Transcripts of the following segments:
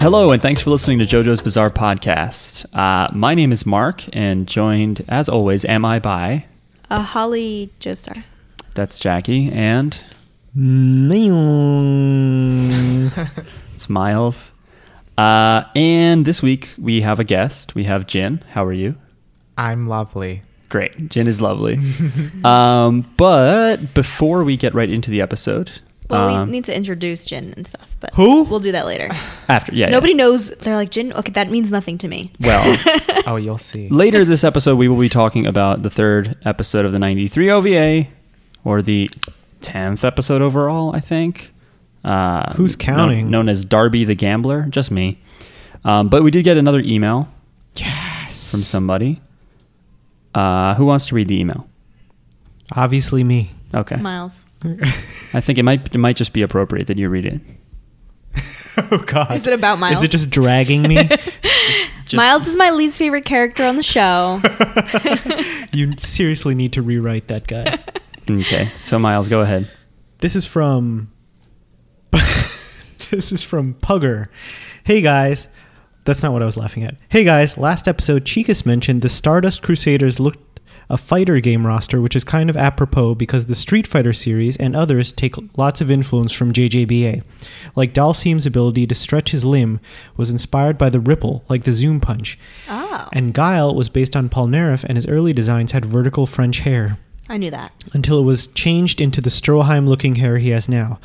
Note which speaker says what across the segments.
Speaker 1: Hello, and thanks for listening to JoJo's Bizarre Podcast. Uh, my name is Mark, and joined, as always, am I by.
Speaker 2: Uh, Holly Joestar.
Speaker 1: That's Jackie, and it's Miles. Uh, and this week we have a guest. We have Jin. How are you?
Speaker 3: I'm lovely.
Speaker 1: Great. Jin is lovely. um, but before we get right into the episode,
Speaker 2: Well,
Speaker 1: um,
Speaker 2: we need to introduce Jin and stuff, but
Speaker 3: Who?
Speaker 2: We'll do that later.
Speaker 1: after yeah, yeah.
Speaker 2: Nobody knows. They're like Jin. Okay, that means nothing to me.
Speaker 1: Well,
Speaker 3: Oh, you'll see.
Speaker 1: Later this episode, we will be talking about the third episode of the 93 OVA, or the 10th episode overall, I think. Uh,
Speaker 4: Who's
Speaker 1: kno-
Speaker 4: counting?
Speaker 1: Known, as Darby the Gambler, just me. Um, but we did get another email
Speaker 3: Yes.
Speaker 1: from somebody. Uh, who wants to read the email?
Speaker 4: Obviously, me.
Speaker 1: Okay.
Speaker 2: Miles.
Speaker 3: Oh,
Speaker 1: I think it might it might just be appropriate that you read it.
Speaker 4: Oh God.
Speaker 2: Is it about Miles?
Speaker 4: Is it just dragging me?
Speaker 1: Just-
Speaker 2: Miles is my least favorite character on the show.
Speaker 4: you seriously need to rewrite that guy.
Speaker 1: Okay. So Miles, go ahead.
Speaker 4: This is from. this is from Pugger. Hey guys. That's not what I was laughing at. Hey guys, last episode, Chicas mentioned the Stardust Crusaders looked a fighter game roster, which is kind of apropos because the Street Fighter series and others take lots of influence from JJBA. Like Dalseem's ability to stretch his limb was inspired by the Ripple, like the Zoom Punch.
Speaker 2: Oh,
Speaker 4: And Guile was based on Polnareff, and his early designs had vertical French hair
Speaker 2: I knew that.
Speaker 4: until it was changed into the Stroheim looking hair he has now.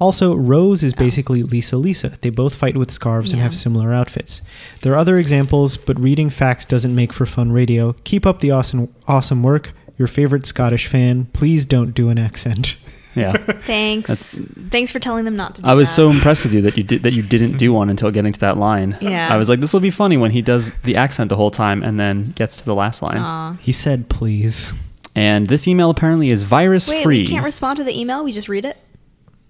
Speaker 4: Also, Rose is basically Lisa Lisa. They both fight with scarves and
Speaker 2: Oh. Yeah.
Speaker 4: have similar outfits. There are other examples, but reading facts doesn't make for fun radio. Keep up the awesome, awesome work. Your favorite Scottish fan. Please don't do an accent.
Speaker 1: Yeah.
Speaker 2: Thanks.
Speaker 1: That's-
Speaker 2: Thanks for telling them not to. Do
Speaker 1: I was
Speaker 2: that.
Speaker 1: so impressed with you that you did that you didn't do one until getting to that line.
Speaker 2: Yeah.
Speaker 1: I was like, this will be funny when he does the accent the whole time and then gets to the last line.
Speaker 2: Aw.
Speaker 4: He said, please.
Speaker 1: And this email apparently is virus
Speaker 2: Wait,
Speaker 1: free.
Speaker 2: we can't respond to the email. We just read it.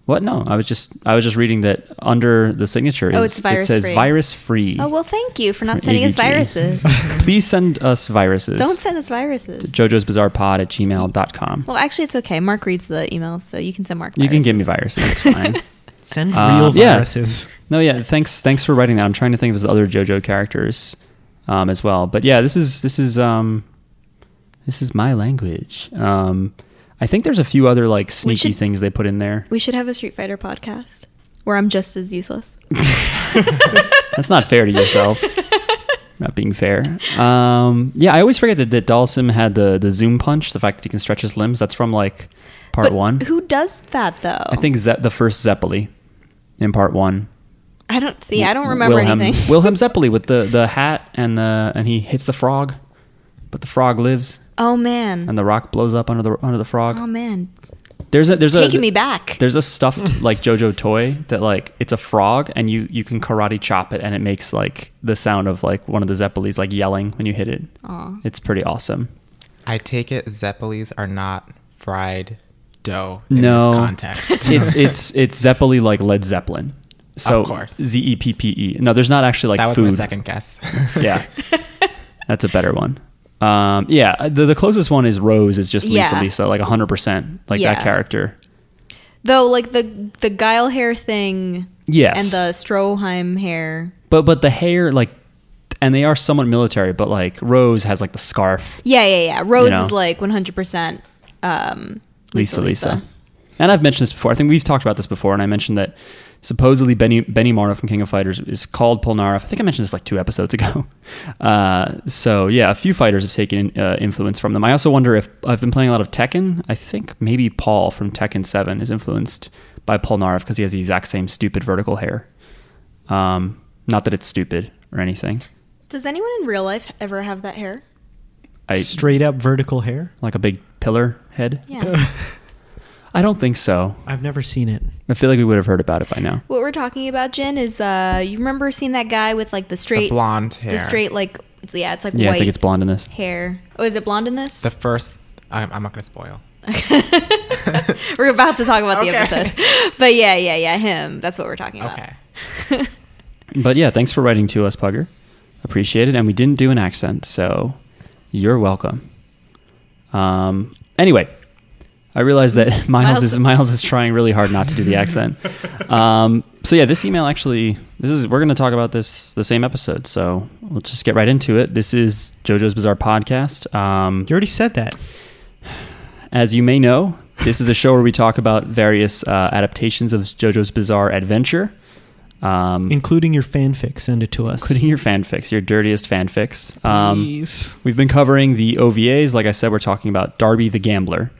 Speaker 1: what? No, I was just I was just reading that under the signature.
Speaker 2: Oh,
Speaker 1: is-
Speaker 2: it's virus
Speaker 1: It says
Speaker 2: free.
Speaker 1: virus free.
Speaker 2: Oh well, thank you for not sending us viruses.
Speaker 1: Please send us viruses.
Speaker 2: Don't send us viruses.
Speaker 1: Jojo's Bizarre Pod at gmail.com.
Speaker 2: Well, actually, it's okay. Mark reads the emails, so you can send Mark.
Speaker 1: you can give me viruses. It's fine.
Speaker 4: Send
Speaker 1: Uh,
Speaker 4: real
Speaker 1: yeah.
Speaker 4: viruses.
Speaker 1: No, yeah, thanks. Thanks for writing that. I'm trying to think of his other JoJo characters um, as well. But yeah, this is this is um, this is my language. Um, I think there's a few other like sneaky
Speaker 2: should-
Speaker 1: things they put in there.
Speaker 2: We should have a Street Fighter podcast where I'm just as useless.
Speaker 1: That's not fair to yourself. not being fair. Um, yeah, I always forget that, that Dalsim had the the zoom punch. The fact that he can stretch his limbs. That's from like part
Speaker 2: But
Speaker 1: one.
Speaker 2: Who does that though?
Speaker 1: I think Ze- the first Zeppeli in part one.
Speaker 2: I don't see. I don't remember
Speaker 1: Wilhelm,
Speaker 2: anything.
Speaker 1: Wilhelm Zeppeli with the the hat and the and he hits the frog, but the frog lives.
Speaker 2: oh man.
Speaker 1: and the rock blows up under the under the frog.
Speaker 2: oh man.
Speaker 1: there's a there's a
Speaker 2: Taking me back.
Speaker 1: There's a stuffed like JoJo toy that like it's a frog and you you can karate chop it and it makes like the sound of like one of the Zeppelis like yelling when you hit it.
Speaker 2: Aw.
Speaker 1: It's pretty awesome.
Speaker 3: I take it Zeppelis are not fried dough in
Speaker 1: no
Speaker 3: this context.
Speaker 1: it's it's it's Zeppeli like Led Zeppelin. So
Speaker 3: Of course.
Speaker 1: Z E P P E. No, there's not actually like
Speaker 3: that was
Speaker 1: food.
Speaker 3: my second guess.
Speaker 1: yeah. That's a better one. Um, yeah, the, the closest one is Rose. Is just Lisa
Speaker 2: Yeah.
Speaker 1: Lisa, like 100%, like that
Speaker 2: Yeah.
Speaker 1: character.
Speaker 2: Though like the the guile hair thing
Speaker 1: Yes.
Speaker 2: and the Stroheim hair.
Speaker 1: But but the hair like, and they are somewhat military. But like Rose has like the scarf,
Speaker 2: Yeah, yeah, yeah. Rose
Speaker 1: You know.
Speaker 2: is like 100% um
Speaker 1: Lisa Lisa. And I've mentioned this before. I think we've talked about this before. And I mentioned that supposedly Benny Benny Morrow from King of Fighters is called Polnareff. I think I mentioned this like two episodes ago. Uh, so yeah, a few fighters have taken uh, influence from them. I also wonder if I've been playing a lot of Tekken. I think maybe Paul from Tekken Seven is influenced by Polnareff because he has the exact same stupid vertical hair. Um, not that it's stupid or anything.
Speaker 2: Does anyone in real life ever have that hair?
Speaker 1: I
Speaker 4: Straight up vertical hair.
Speaker 1: like a big pillar head?
Speaker 2: Yeah.
Speaker 1: I don't think so.
Speaker 4: I've never seen it.
Speaker 1: I feel like we would have heard about it by now.
Speaker 2: what we're talking about, Jen, is uh you remember seeing that guy with like the straight
Speaker 3: blonde hair.
Speaker 2: The straight like it's yeah, it's like
Speaker 1: Yeah,
Speaker 2: white
Speaker 1: I think it's blonde in this.
Speaker 2: hair. Oh, is it blonde in this?
Speaker 3: the first. I'm, I'm not gonna spoil.
Speaker 2: We're about to talk about the
Speaker 3: Okay.
Speaker 2: episode. But yeah, yeah, yeah, him. That's what we're talking about.
Speaker 3: Okay.
Speaker 1: But yeah, thanks for writing to us, Pugger. Appreciate it. And we didn't do an accent, so you're welcome. Um, anyway, I realize that Miles,
Speaker 2: Miles-
Speaker 1: is Miles is trying really hard not to do the accent. Um, so yeah, this email actually this is we're going to talk about this the same episode. So we'll just get right into it. This is JoJo's Bizarre Podcast. Um,
Speaker 4: You already said that.
Speaker 1: As you may know, this is a show where we talk about various uh, adaptations of JoJo's Bizarre Adventure, um,
Speaker 4: Including your fanfic, send it to us.
Speaker 1: including your fanfics, your dirtiest fanfics. Um,
Speaker 4: Please.
Speaker 1: we've been covering the OVAs. Like I said, we're talking about Darby the Gambler,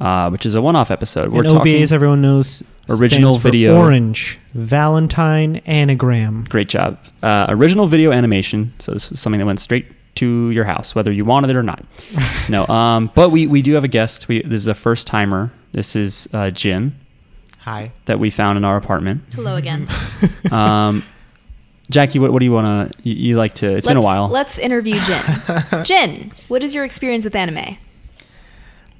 Speaker 1: uh, which is a one-off episode. We're
Speaker 4: and
Speaker 1: talking
Speaker 4: OVAs, everyone knows, stands
Speaker 1: Original
Speaker 4: for
Speaker 1: video.
Speaker 4: Orange Valentine Anagram.
Speaker 1: Great job. Uh, original video animation. So this was something that went straight to your house, whether you wanted it or not. no, um, but we, we do have a guest. We, this is a first timer. This is uh, Jin
Speaker 3: Hi.
Speaker 1: that we found in our apartment.
Speaker 2: Hello again.
Speaker 1: Um, Jackie, what, what do you want to? You, you like to? It's been a
Speaker 2: Let's-
Speaker 1: while.
Speaker 2: Let's interview Jin. Jin, what is your experience with anime?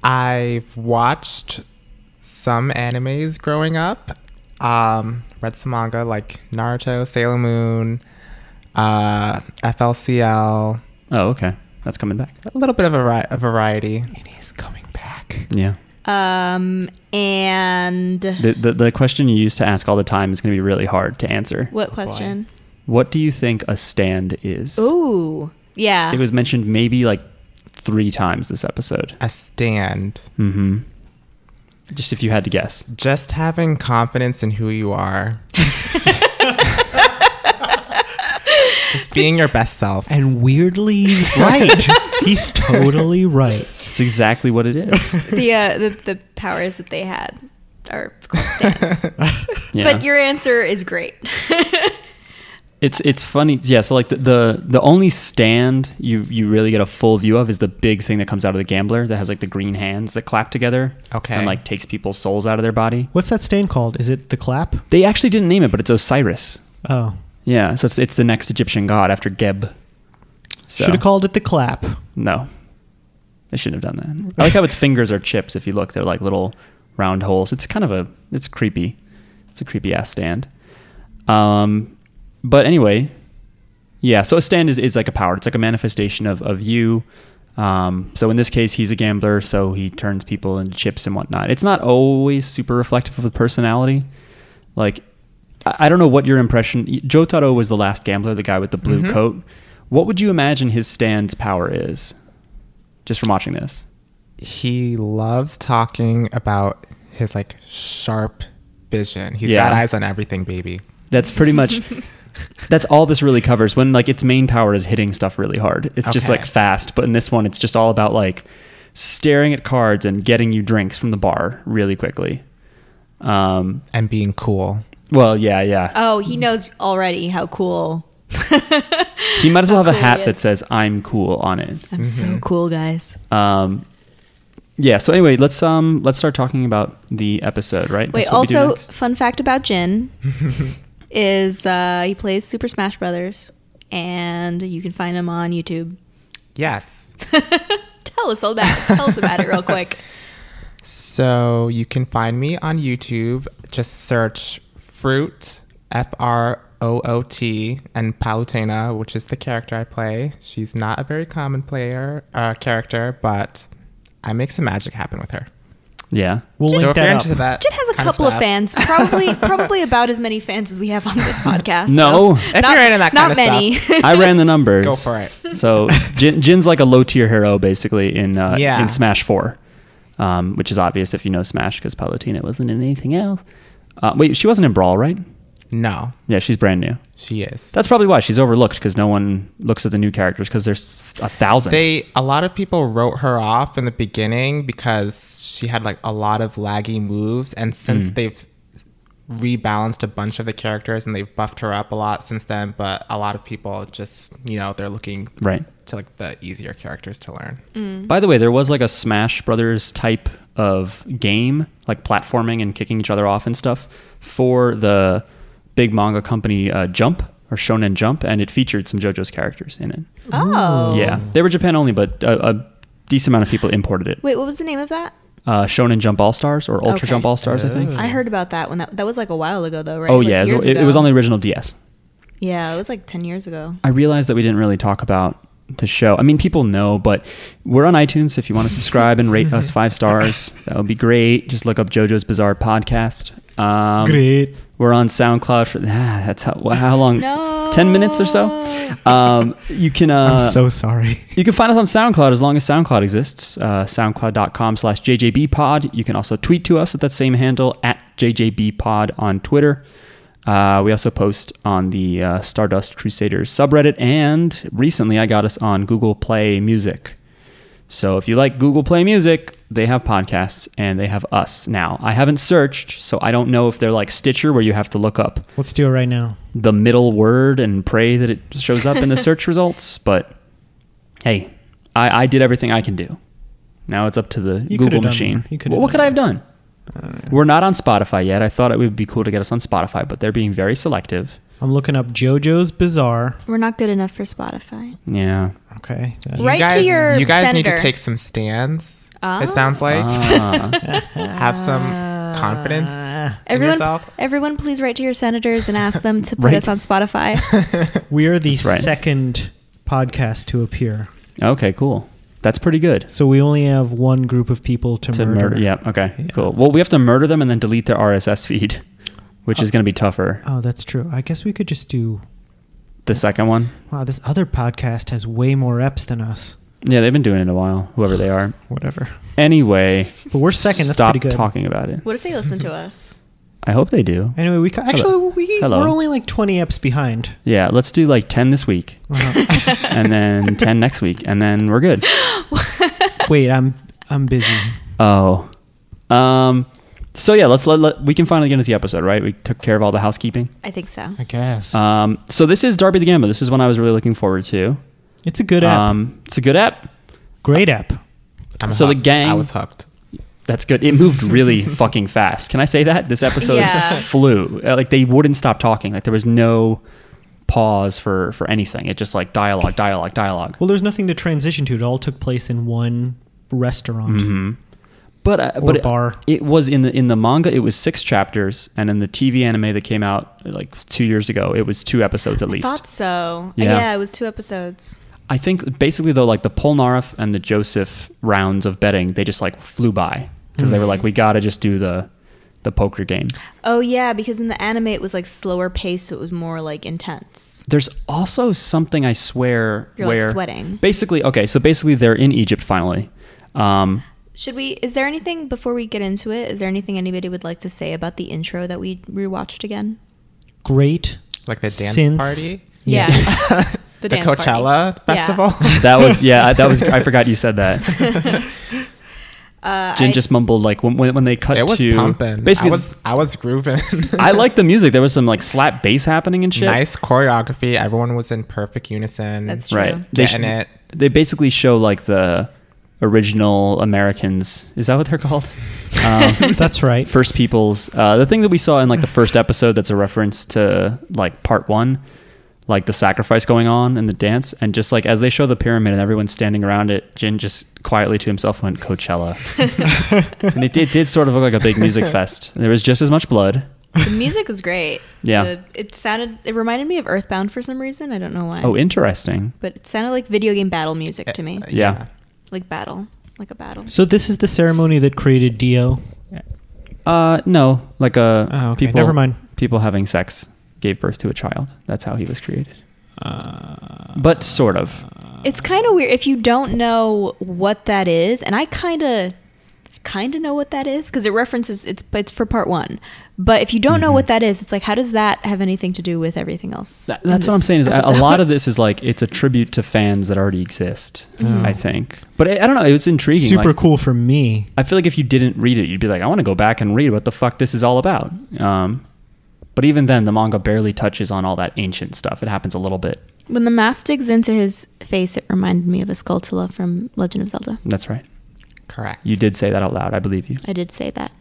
Speaker 3: I've watched some animes growing up. Um, read some manga like Naruto, Sailor Moon, uh, FLCL.
Speaker 1: Oh, okay. That's coming back.
Speaker 3: A little bit of a, ri- a variety.
Speaker 4: It is coming back.
Speaker 1: Yeah.
Speaker 2: Um, and
Speaker 1: The, the the question you used to ask all the time is going to be really hard to answer.
Speaker 2: what question?
Speaker 1: What do you think a stand is?
Speaker 2: Ooh, yeah.
Speaker 1: It was mentioned maybe like three times this episode.
Speaker 3: A stand.
Speaker 1: Mm-hmm. Just if you had to guess.
Speaker 3: Just having confidence in who you are. Just being your best self.
Speaker 4: And weirdly, he's right. he's totally right.
Speaker 1: It's exactly what it is.
Speaker 2: the, uh, the the powers that they had are called stands.
Speaker 1: Yeah.
Speaker 2: But your answer is great.
Speaker 1: It's it's funny, yeah. So like the, the the only stand you you really get a full view of is the big thing that comes out of the gambler that has like the green hands that clap together,
Speaker 3: Okay.
Speaker 1: and like takes people's souls out of their body.
Speaker 4: What's that stand called? Is it the clap?
Speaker 1: They actually didn't name it, but it's Osiris.
Speaker 4: Oh.
Speaker 1: Yeah, so it's it's the next Egyptian god after Geb. So,
Speaker 4: Should have called it the clap.
Speaker 1: No, they shouldn't have done that. I like how its fingers are chips. If you look, they're like little round holes. It's kind of a it's creepy. It's a creepy ass stand. Um, but anyway, yeah. So a stand is, is like a power. It's like a manifestation of of you. Um, so in this case, he's a gambler, so he turns people into chips and whatnot. It's not always super reflective of the personality. Like, I, I don't know what your impression. Jotaro was the last gambler, the guy with the blue coat. What would you imagine his stand's power is? Just from watching this,
Speaker 3: he loves talking about his like sharp vision. He's
Speaker 1: Yeah.
Speaker 3: got eyes on everything, baby.
Speaker 1: that's pretty much. that's all this really covers. When like its main power is hitting stuff really hard. It's just
Speaker 3: Okay.
Speaker 1: like fast, but in this one, it's just all about like staring at cards and getting you drinks from the bar really quickly. Um,
Speaker 3: And being cool.
Speaker 1: Well, yeah, yeah.
Speaker 2: Oh, he knows already how cool.
Speaker 1: he might as well have a
Speaker 2: cool
Speaker 1: hat
Speaker 2: he
Speaker 1: that
Speaker 2: is.
Speaker 1: says "I'm cool" on it.
Speaker 2: I'm
Speaker 1: Mm-hmm.
Speaker 2: so cool, guys.
Speaker 1: Um, yeah. So anyway, let's um let's start talking about the episode, right?
Speaker 2: Wait,
Speaker 1: That's what we do
Speaker 2: also,
Speaker 1: next.
Speaker 2: fun fact about Jin is uh, he plays Super Smash Brothers, and you can find him on YouTube.
Speaker 3: Yes.
Speaker 2: Tell us all about tell us about it real quick.
Speaker 3: So you can find me on YouTube. Just search Fruit, F R O O T, and Palutena, which is the character I play. She's not a very common player uh, character, but I make some magic happen with her.
Speaker 1: yeah.
Speaker 4: We'll
Speaker 3: so
Speaker 4: link
Speaker 3: if you're
Speaker 4: that
Speaker 3: into
Speaker 4: up.
Speaker 3: that,
Speaker 2: Jin has a
Speaker 3: kind
Speaker 2: couple of,
Speaker 3: stuff-
Speaker 2: fans, probably probably about as many fans as we have on this podcast.
Speaker 1: No.
Speaker 2: so
Speaker 3: If you're into that
Speaker 2: not
Speaker 3: kind of
Speaker 2: many.
Speaker 1: I ran the numbers.
Speaker 3: Go for it.
Speaker 1: So Jin, Jin's like a low tier hero, basically in uh,
Speaker 3: Yeah.
Speaker 1: in Smash Four, um, which is obvious if you know Smash because Palutena wasn't in anything else. Uh, wait, she wasn't in Brawl, right?
Speaker 3: No,
Speaker 1: Yeah, she's brand new.
Speaker 3: she is.
Speaker 1: That's probably why she's overlooked because no one looks at the new characters because there's a thousand.
Speaker 3: They a lot of people wrote her off in the beginning because she had like a lot of laggy moves, and
Speaker 1: Mm.
Speaker 3: since they've rebalanced a bunch of the characters and they've buffed her up a lot since then, but a lot of people just you know they're looking
Speaker 1: right.
Speaker 3: to like the easier characters to learn.
Speaker 2: Mm.
Speaker 1: By the way, there was like a Smash Brothers type of game, like platforming and kicking each other off and stuff, for the big manga company uh, Jump or Shonen Jump, and it featured some JoJo's characters in it.
Speaker 2: oh,
Speaker 1: Yeah, they were Japan only, but a, a decent amount of people imported it.
Speaker 2: Wait, what was the name of that?
Speaker 1: Uh, Shonen Jump All Stars or Ultra
Speaker 2: Okay. Oh.
Speaker 1: Jump All Stars, I think.
Speaker 2: I heard about that when that that was like a while ago though, right?
Speaker 1: Hmm. Oh
Speaker 2: Like,
Speaker 1: yeah, it
Speaker 2: years
Speaker 1: was, it- it
Speaker 2: ago.
Speaker 1: was on the original DS.
Speaker 2: Yeah, it was like ten years ago.
Speaker 1: I realized that we didn't really talk about the show. I mean, people know, but we're on iTunes. If you want to subscribe and rate us five stars, that would be great. Just look up JoJo's Bizarre Podcast. Um,
Speaker 4: Great.
Speaker 1: We're on SoundCloud for ah, that's how wha- how long?
Speaker 2: No.
Speaker 1: Mm, Ten minutes or so. Um, you can uh,
Speaker 4: I'm so sorry.
Speaker 1: you can find us on SoundCloud as long as SoundCloud exists. Uh, SoundCloud.com slash JJBpod. You can also tweet to us at that same handle, at JJBpod on Twitter. Uh, we also post on the uh, Stardust Crusaders subreddit. And recently I got us on Google Play Music. So if you like Google Play Music, they have podcasts and they have us now. I haven't searched, so I don't know if they're like Stitcher where you have to look up
Speaker 4: Let's do it right now.
Speaker 1: the middle word and pray that it shows up in the search results. But hey, I, I did everything I can do. Now it's up to the
Speaker 4: You coulda
Speaker 1: Google
Speaker 4: done
Speaker 1: machine.
Speaker 4: more. You coulda
Speaker 1: Well, what
Speaker 4: done
Speaker 1: could I have done? We're not on Spotify yet. I thought it would be cool to get us on Spotify, but they're being very selective.
Speaker 4: I'm looking up JoJo's Bizarre.
Speaker 2: We're not good enough for Spotify.
Speaker 1: Yeah.
Speaker 4: Okay. Uh,
Speaker 2: Right.
Speaker 3: you guys,
Speaker 2: to your
Speaker 3: You guys need
Speaker 2: senator.
Speaker 3: to take some stands.
Speaker 2: Ah.
Speaker 3: It sounds like
Speaker 1: Ah.
Speaker 3: have some confidence in
Speaker 2: Everyone,
Speaker 3: yourself.
Speaker 2: everyone, please write to your senators and ask them to put
Speaker 1: Right.
Speaker 2: us on Spotify.
Speaker 4: We are the
Speaker 1: That's right.
Speaker 4: second podcast to appear.
Speaker 1: okay, cool. That's pretty good.
Speaker 4: So we only have one group of people to,
Speaker 1: To murder.
Speaker 4: murder.
Speaker 1: Yeah. Okay.
Speaker 4: Yeah.
Speaker 1: Cool. Well, we have to murder them and then delete their RSS feed, which is going to be tougher.
Speaker 4: Oh, that's true. I guess we could just do.
Speaker 1: The second one.
Speaker 4: Wow, this other podcast has way more reps than us.
Speaker 1: Yeah, they've been doing it a while, whoever they are.
Speaker 4: Whatever.
Speaker 1: Anyway,
Speaker 4: But we're second. That's
Speaker 1: stop
Speaker 4: pretty good.
Speaker 1: talking about it.
Speaker 2: what if they listen to us?
Speaker 1: I hope they do.
Speaker 4: Anyway, we ca- actually we
Speaker 1: Hello.
Speaker 4: we're only like 20 eps behind.
Speaker 1: Yeah, let's do like 10 this week
Speaker 4: Uh-huh.
Speaker 1: and then 10 next week and then we're good.
Speaker 4: Wait, I'm I'm busy.
Speaker 1: Oh. Um so yeah, let's let, let we can finally get into the episode, right? We took care of all the housekeeping.
Speaker 2: I think so.
Speaker 3: I guess.
Speaker 1: Um so this is Darby the Gamma. This is one I was really looking forward to.
Speaker 4: It's a good app.
Speaker 1: Um it's a good app.
Speaker 4: Great app.
Speaker 3: I'm
Speaker 1: so the
Speaker 3: hooked.
Speaker 1: gang-
Speaker 3: I was hooked.
Speaker 1: That's good. It moved really fucking fast. Can I say that? This episode
Speaker 2: Yeah.
Speaker 1: flew. Uh, Like they wouldn't stop talking. Like there was no pause for for anything. It just like dialogue, dialogue, dialogue.
Speaker 4: Well, there's nothing to transition to. It all took place in one restaurant.
Speaker 1: Mm-hmm. But uh,
Speaker 4: Or
Speaker 1: but it-
Speaker 4: bar.
Speaker 1: It, was in the in the manga. It was six chapters, and in the TV anime that came out like two years ago, it was two episodes at
Speaker 2: I
Speaker 1: least.
Speaker 2: thought so.
Speaker 1: Yeah.
Speaker 2: Yeah. it was two episodes.
Speaker 1: I think basically though, like the Polnareff and the Joseph rounds of betting, they just like flew by because
Speaker 3: Hmm.
Speaker 1: they were like, we gotta just do the the poker game.
Speaker 2: Oh yeah, because in the anime it was like slower paced, so it was more like intense.
Speaker 1: There's also something I swear
Speaker 2: You're, like,
Speaker 1: where
Speaker 2: sweating.
Speaker 1: Basically, okay, so basically they're in Egypt finally. Um,
Speaker 2: Should we? Is there anything before we get into it? Is there anything anybody would like to say about the intro that we rewatched again?
Speaker 4: Great.
Speaker 3: Like the dance
Speaker 4: Synth.
Speaker 3: party,
Speaker 4: Yeah.
Speaker 2: The
Speaker 3: the,
Speaker 2: dance party.
Speaker 3: Coachella
Speaker 2: Yeah.
Speaker 3: festival.
Speaker 1: that was yeah, that was I forgot you said that.
Speaker 2: Uh,
Speaker 1: Jin
Speaker 2: I-
Speaker 1: just mumbled like when when, when they cut
Speaker 3: it was
Speaker 1: to
Speaker 3: pumping.
Speaker 1: basically
Speaker 3: I was I was grooving.
Speaker 1: I like the music. There was some like slap bass happening and shit.
Speaker 3: nice choreography. Everyone was in perfect unison.
Speaker 2: That's true.
Speaker 1: right? They
Speaker 3: Getting
Speaker 1: sh-
Speaker 3: it.
Speaker 1: They basically show like the original Americans. Is that what they're called? Um,
Speaker 4: That's right.
Speaker 1: First Peoples. Uh, the thing that we saw in like the first episode that's a reference to like part one, like the sacrifice going on and the dance, and just like as they show the pyramid and everyone's standing around it, Jin just quietly to himself went Coachella, and it did, did sort of look like a big music fest. There was just as much blood.
Speaker 2: the music was great.
Speaker 1: Yeah.
Speaker 2: The- it sounded. It reminded me of Earthbound for some reason. I don't know why.
Speaker 1: Oh, interesting.
Speaker 2: but it sounded like video game battle music to me.
Speaker 3: Uh,
Speaker 1: Yeah.
Speaker 2: Like battle, like a battle.
Speaker 4: So this is the ceremony that created Dio.
Speaker 1: Uh, no, like uh,
Speaker 4: Oh, okay.
Speaker 1: people.
Speaker 4: Never mind.
Speaker 1: People having sex gave birth to a child. That's how he was created.
Speaker 4: Ah.
Speaker 1: but sort of.
Speaker 2: It's kind of weird if you don't know what that is, and I kind of kind of know what that is because it references it's but it's for part 1. But if you don't know
Speaker 1: Mhm.
Speaker 2: what that is, it's like how does that have anything to do with everything else?
Speaker 1: That-
Speaker 2: in
Speaker 1: that's what
Speaker 2: this
Speaker 1: I'm saying. Is uh, a, a
Speaker 2: episode?
Speaker 1: lot of this is like it's a tribute to fans that already exist.
Speaker 2: Mhm.
Speaker 1: I think, but I, I don't know. It was intriguing.
Speaker 4: Oh. Super
Speaker 1: like,
Speaker 4: cool for me.
Speaker 1: I feel like if you didn't read it, you'd be like, I want to go back and read what the fuck this is all about. Um, but even then, the manga barely touches on all that ancient stuff. It happens a little bit.
Speaker 2: When the mask digs into his face, it reminded me of a Skulltula from Legend of Zelda.
Speaker 1: That's right.
Speaker 3: Correct.
Speaker 1: You did say that out loud. I believe you.
Speaker 2: I did say that.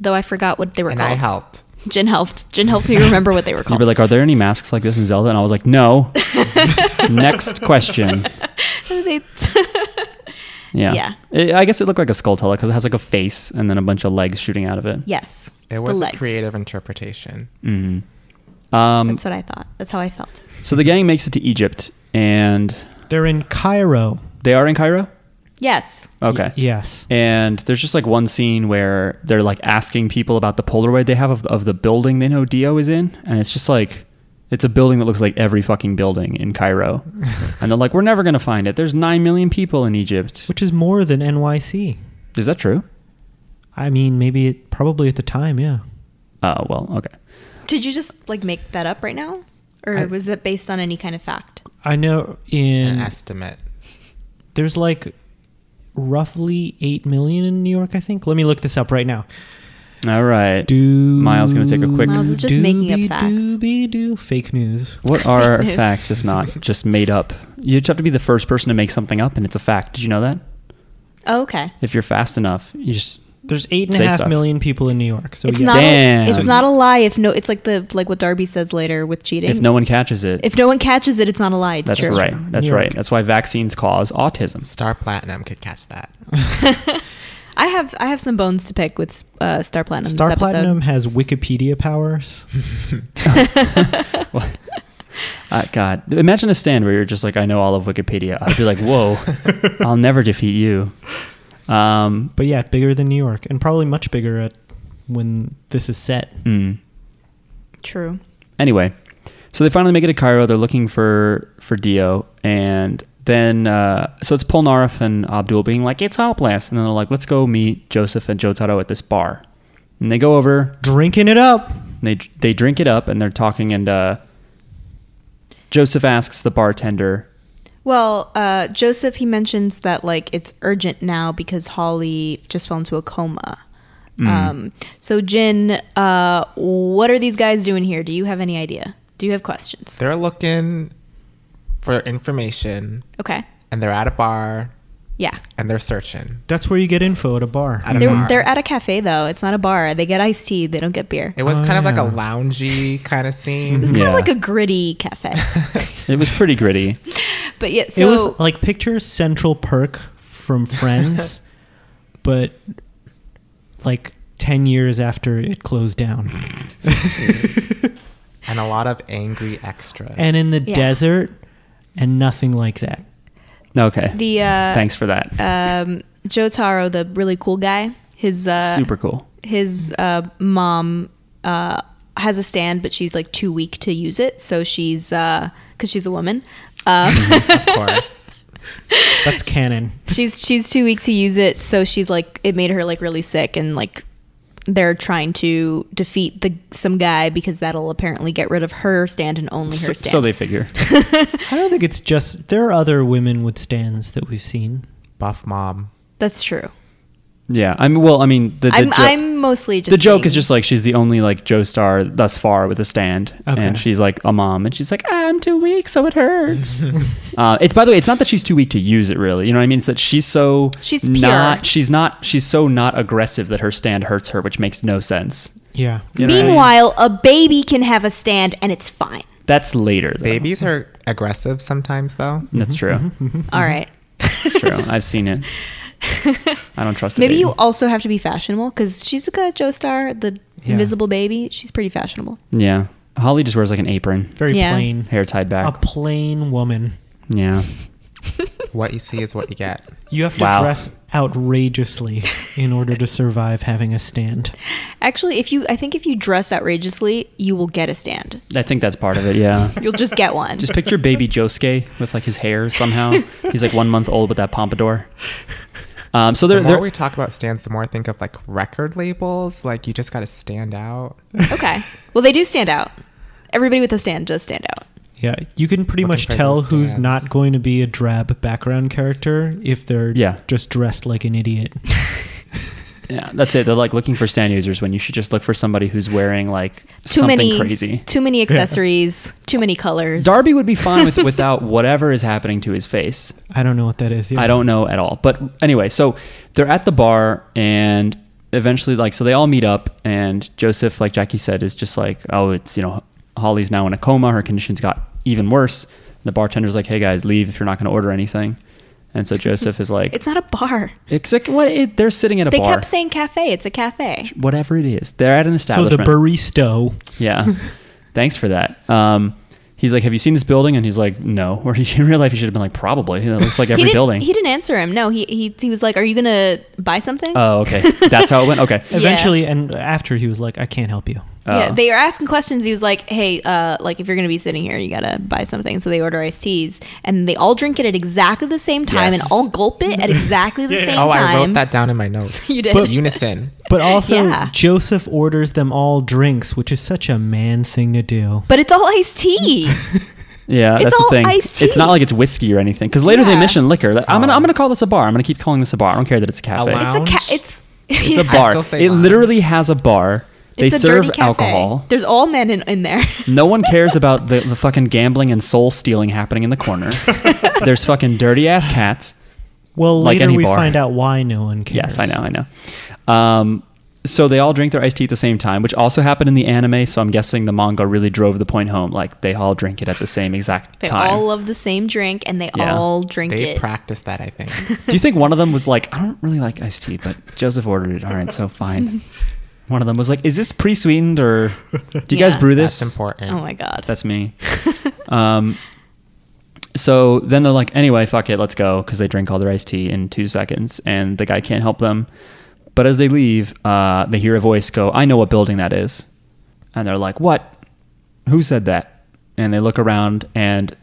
Speaker 2: Though I forgot what they were
Speaker 3: and
Speaker 2: called.
Speaker 3: I helped.
Speaker 2: Jin helped. Jin helped me remember what they were
Speaker 1: You'd
Speaker 2: called.
Speaker 1: be like, Are there any masks like this in Zelda? And I was like, No. Next question.
Speaker 2: They-
Speaker 1: Yeah.
Speaker 2: Yeah.
Speaker 1: It, I guess it looked like a skull teller because it has like a face and then a bunch of legs shooting out of it.
Speaker 2: yes.
Speaker 3: It
Speaker 2: The
Speaker 3: was a
Speaker 2: legs.
Speaker 3: creative interpretation.
Speaker 1: Mhm. Um,
Speaker 2: That's what I thought. That's how I felt.
Speaker 1: so the gang makes it to Egypt and
Speaker 4: They're in Cairo.
Speaker 1: they are in Cairo.
Speaker 2: Yes.
Speaker 1: Okay.
Speaker 4: Y- yes.
Speaker 1: And there's just like one scene where they're like asking people about the Polaroid they have of, of the building they know Dio is in. And it's just like, it's a building that looks like every fucking building in Cairo. and they're like, we're never going to find it. There's 9 million people in Egypt.
Speaker 4: Which is more than NYC.
Speaker 1: Is that true?
Speaker 4: I mean, maybe it, probably at the time, yeah.
Speaker 1: Uh, well, okay.
Speaker 2: Did you just like make that up right now, or
Speaker 4: I-
Speaker 2: was that based on any kind of fact?
Speaker 4: I know
Speaker 3: An
Speaker 4: in
Speaker 3: estimate.
Speaker 4: there's like roughly 8 million in New York, I think. Let me look this up right now.
Speaker 1: All right.
Speaker 4: Do
Speaker 1: Miles gonna take a quick-
Speaker 2: Miles is just making up facts.
Speaker 4: Doobie doo fake news.
Speaker 1: What are
Speaker 2: Fake news.
Speaker 1: facts if not just made up? You just have to be the first person to make something up, and it's a fact. Did you know that?
Speaker 2: Oh, okay.
Speaker 1: If you're fast enough, you just
Speaker 4: There's eight and
Speaker 1: Say
Speaker 4: a half
Speaker 1: stuff.
Speaker 4: million people in New York. So
Speaker 2: it's
Speaker 4: yeah.
Speaker 2: not.
Speaker 1: Damn.
Speaker 2: A, it's not a lie. If no, it's like the like what Darby says later with cheating.
Speaker 1: if no one catches it,
Speaker 2: if no one catches it, it's not a lie. It's
Speaker 1: that's
Speaker 2: true.
Speaker 1: right. That's
Speaker 4: New York.
Speaker 1: right. That's why vaccines cause autism.
Speaker 3: Star Platinum could catch that.
Speaker 2: I have I have some bones to pick with uh, Star Platinum. this
Speaker 4: Star
Speaker 2: episode.
Speaker 4: Platinum has Wikipedia powers.
Speaker 1: Uh, God, imagine a stand where you're just like, I know all of Wikipedia. I'd be like, Whoa, I'll never defeat you. Um,
Speaker 4: But yeah, bigger than New York and probably much bigger at when this is set.
Speaker 1: mm.
Speaker 2: True.
Speaker 1: anyway, so they finally make it to Cairo. They're looking for for Dio, and then uh, so it's Polnareff and Abdul being like, "It's hopeless," and then they're like, "Let's go meet Joseph and Jotaro at this bar." And they go over,
Speaker 4: Drinking it up.
Speaker 1: and they they drink it up, and they're talking, and uh, Joseph asks the bartender,
Speaker 2: Well, uh, Joseph he mentions that like it's urgent now because Holly just fell into a coma. Um, so Jin, uh, what are these guys doing here? Do you have any idea? Do you have questions?
Speaker 3: They're looking for information
Speaker 2: Okay.
Speaker 3: and they're at a bar
Speaker 2: Yeah.
Speaker 3: and they're searching.
Speaker 4: That's where you get info at a bar.
Speaker 3: At a
Speaker 2: They're,
Speaker 3: bar.
Speaker 2: they're at a cafe though. It's not a bar. They get iced tea. They don't get beer.
Speaker 3: it was
Speaker 4: Oh,
Speaker 3: kind of like a
Speaker 4: yeah.
Speaker 3: loungy kind of scene.
Speaker 2: It's kind of
Speaker 1: Yeah.
Speaker 2: like a gritty cafe.
Speaker 1: "It was pretty gritty."
Speaker 2: but yeah,
Speaker 4: it
Speaker 2: so
Speaker 4: was like picture Central Perk from Friends, but like 10 years after it closed down.
Speaker 3: and a lot of angry extras.
Speaker 4: And in the
Speaker 2: Yeah.
Speaker 4: desert and nothing like that.
Speaker 1: Okay,
Speaker 2: the uh,
Speaker 1: thanks for that.
Speaker 2: um, Joe Taro, the really cool guy, his uh,
Speaker 1: Super cool.
Speaker 2: his uh, mom uh, has a stand, but she's like too weak to use it. So she's because she's a woman. Um,
Speaker 3: of course.
Speaker 4: That's canon.
Speaker 2: she's she's too weak to use it. So she's like it made her like really sick and like they're trying to defeat the some guy because that'll apparently get rid of her stand and only her
Speaker 1: So,
Speaker 2: stand.
Speaker 1: so they figure.
Speaker 4: I don't think it's just there are other women with stands that we've seen.
Speaker 3: Buff mom.
Speaker 2: That's true.
Speaker 1: Yeah, I mean, well, I mean, the, the
Speaker 2: I'm,
Speaker 1: jo-
Speaker 2: I'm mostly just
Speaker 1: the joke is
Speaker 2: being-
Speaker 1: just like she's the only like Joe star thus far with a stand,
Speaker 4: Okay.
Speaker 1: and she's like a mom, and she's like "Ah, I'm too weak, so it hurts. uh, it's by the way, it's not that she's too weak to use it, really. You know what I mean? It's that she's so
Speaker 2: She's pure.
Speaker 1: not she's not she's so not aggressive that her stand hurts her, which makes no sense.
Speaker 4: Yeah.
Speaker 1: You know what I mean?
Speaker 2: Meanwhile, a baby can have a stand and it's fine.
Speaker 1: that's later. Though.
Speaker 3: Babies are aggressive sometimes, though.
Speaker 1: that's true.
Speaker 2: All right.
Speaker 1: Mm-hmm. That's true. I've seen it. I don't trust. a
Speaker 2: Maybe
Speaker 1: baby.
Speaker 2: you also have to be fashionable because Shizuka Joestar, the
Speaker 4: Yeah.
Speaker 2: invisible baby, she's pretty fashionable.
Speaker 1: Yeah, Holly just wears like an apron,
Speaker 4: Very
Speaker 2: Yeah.
Speaker 4: plain.
Speaker 1: hair tied
Speaker 4: A
Speaker 1: back.
Speaker 4: plain woman.
Speaker 1: yeah.
Speaker 3: What you see is what you get.
Speaker 4: You have to
Speaker 1: Wow.
Speaker 4: dress outrageously in order to survive having a stand.
Speaker 2: Actually, if you, I think if you dress outrageously, you will get a stand.
Speaker 1: I think that's part of it. Yeah.
Speaker 2: You'll just get one.
Speaker 1: Just picture baby Josuke with like his hair somehow. He's like one month old with that pompadour. Um, so they're,
Speaker 3: the more
Speaker 1: they're
Speaker 3: we talk about stands, the more I think of like record labels. Like you just got to stand out.
Speaker 2: okay. Well, they do stand out. Everybody with a stand does stand out.
Speaker 4: Yeah, you can pretty
Speaker 3: Looking
Speaker 4: much
Speaker 3: for
Speaker 4: tell
Speaker 3: those
Speaker 4: who's
Speaker 3: stands.
Speaker 4: not going to be a drab background character if they're
Speaker 1: Yeah.
Speaker 4: just dressed like an idiot.
Speaker 1: yeah, that's it. They're like looking for stand users when you should just look for somebody who's wearing like
Speaker 2: Too
Speaker 1: something
Speaker 2: many
Speaker 1: crazy.
Speaker 2: Too many accessories. Too many colors.
Speaker 1: Darby would be fine with without whatever is happening to his face.
Speaker 4: I don't know what that is. Yeah.
Speaker 1: I don't know at all. But anyway, so they're at the bar and eventually like so they all meet up and Joseph, like Jackie said, is just like, Oh, it's you know, Holly's now in a coma, her condition's got even worse. And the bartender's like, Hey guys, leave if you're not gonna order anything. And so Joseph is like
Speaker 2: It's not a bar.
Speaker 1: It's like what it, they're sitting at a
Speaker 2: They
Speaker 1: bar.
Speaker 2: kept saying cafe. It's a cafe.
Speaker 1: Whatever it is, they're at an
Speaker 4: So the
Speaker 1: establishment.
Speaker 4: barista.
Speaker 1: yeah, thanks for that. Um, he's like, "Have you seen this building?" And he's like, "No." Or he, in real life, he should have been like, "Probably." It looks like
Speaker 2: he
Speaker 1: every
Speaker 2: didn't,
Speaker 1: building.
Speaker 2: He didn't answer him. No, he he, he was like, "Are you gonna buy something?"
Speaker 1: oh, okay. That's how it went. Okay.
Speaker 2: Yeah.
Speaker 4: Eventually, and after he was like, I can't help you.
Speaker 2: yeah,
Speaker 1: Oh.
Speaker 2: they were asking questions. He was like, "Hey, uh, like if you're gonna be sitting here, you gotta buy something." So they order iced teas, and they all drink it at exactly the same time,
Speaker 1: Yes.
Speaker 2: and all gulp it at exactly the same
Speaker 3: oh,
Speaker 2: time.
Speaker 3: I wrote that down in my notes.
Speaker 2: You did.
Speaker 3: But unison.
Speaker 4: But also,
Speaker 2: Yeah.
Speaker 4: Joseph orders them all drinks, which is such a man thing to do.
Speaker 2: But it's all iced tea.
Speaker 1: Yeah,
Speaker 2: It's
Speaker 1: that's
Speaker 2: all
Speaker 1: the thing.
Speaker 2: iced
Speaker 1: It's not
Speaker 2: tea.
Speaker 1: like it's whiskey or anything. Because later they
Speaker 2: Yeah.
Speaker 1: mention liquor. That- I'm gonna I'm gonna call this a bar. I'm gonna keep calling this a bar. I don't care that it's a cafe.
Speaker 2: it's
Speaker 3: lounge?
Speaker 2: a ca-
Speaker 3: Lounge?
Speaker 2: it's
Speaker 1: It's a
Speaker 2: Yeah.
Speaker 1: bar.
Speaker 3: still say
Speaker 1: It
Speaker 3: lounge.
Speaker 1: literally has a bar. They
Speaker 2: It's a
Speaker 1: serve
Speaker 2: dirty cafe.
Speaker 1: alcohol. Mm,
Speaker 2: There's all men in, in there.
Speaker 1: No one cares about the, the fucking gambling and soul stealing happening in the corner. There's fucking dirty ass cats.
Speaker 4: Well,
Speaker 1: Like
Speaker 4: later
Speaker 1: any
Speaker 4: we
Speaker 1: bar.
Speaker 4: find out why no one cares.
Speaker 1: Yes, I know, I know. Um, so they all drink their iced tea at the same time, which also happened in the anime. So I'm guessing the manga really drove the point home. Like they all drink it at the same exact
Speaker 2: They
Speaker 1: time.
Speaker 2: all love the same drink, and they
Speaker 1: Yeah.
Speaker 2: all drink
Speaker 3: They
Speaker 2: it.
Speaker 3: practiced that, I think.
Speaker 1: Do you think one of them was like, I don't really like iced tea, but Joseph ordered it. All right, so fine. One of them was like, Is this pre sweetened or do you guys
Speaker 2: Yeah.
Speaker 1: brew this?
Speaker 3: That's important.
Speaker 2: oh my god.
Speaker 1: That's me. um, so then they're like, Anyway, fuck it, let's go. Because they drink all their iced tea in two seconds and the guy can't help them. But as they leave, uh, they hear a voice go, I know what building that is. And they're like, What? Who said that? And they look around and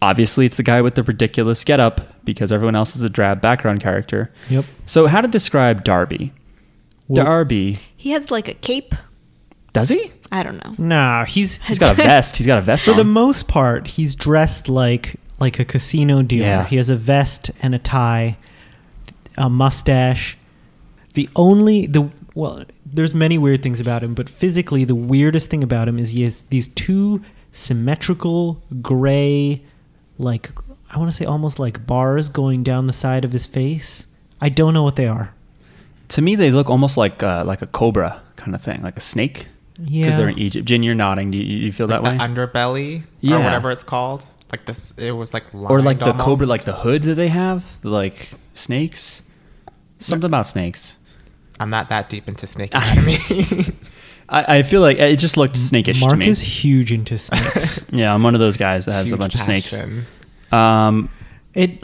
Speaker 1: obviously it's the guy with the ridiculous getup because everyone else is a drab background character.
Speaker 4: Yep.
Speaker 1: So, how to describe Darby?
Speaker 4: Well-
Speaker 1: Darby,
Speaker 2: He has like a cape.
Speaker 1: does he?
Speaker 2: I don't know.
Speaker 4: Nah, he's
Speaker 1: He's got a vest. He's got a vest
Speaker 4: for the
Speaker 1: on.
Speaker 4: most part, he's dressed like like a casino dealer.
Speaker 1: Yeah.
Speaker 4: He has a vest and a tie, a mustache. The only the well, there's many weird things about him, but physically the weirdest thing about him is he has these two symmetrical gray, like I want to say almost like bars going down the side of his face. I don't know what they are.
Speaker 1: to me, they look almost like uh, like a cobra kind of thing, like a snake.
Speaker 4: Yeah.
Speaker 1: Because they're in Egypt. Jin, you're nodding. Do you, you feel that
Speaker 3: the
Speaker 1: way?
Speaker 3: underbelly
Speaker 1: Yeah.
Speaker 3: or whatever it's called. Like this, it was like
Speaker 1: or like the
Speaker 3: lined
Speaker 1: cobra,
Speaker 3: almost.
Speaker 1: like the hood that they have, the, like snakes. Something about snakes.
Speaker 3: I'm not that deep into Snake Academy.
Speaker 1: I, I feel like it just looked snakish
Speaker 4: Mark
Speaker 1: to me.
Speaker 4: is huge into snakes.
Speaker 1: yeah, I'm one of those guys that has a
Speaker 3: Huge
Speaker 1: bunch of
Speaker 3: passion.
Speaker 1: snakes. Um,
Speaker 4: It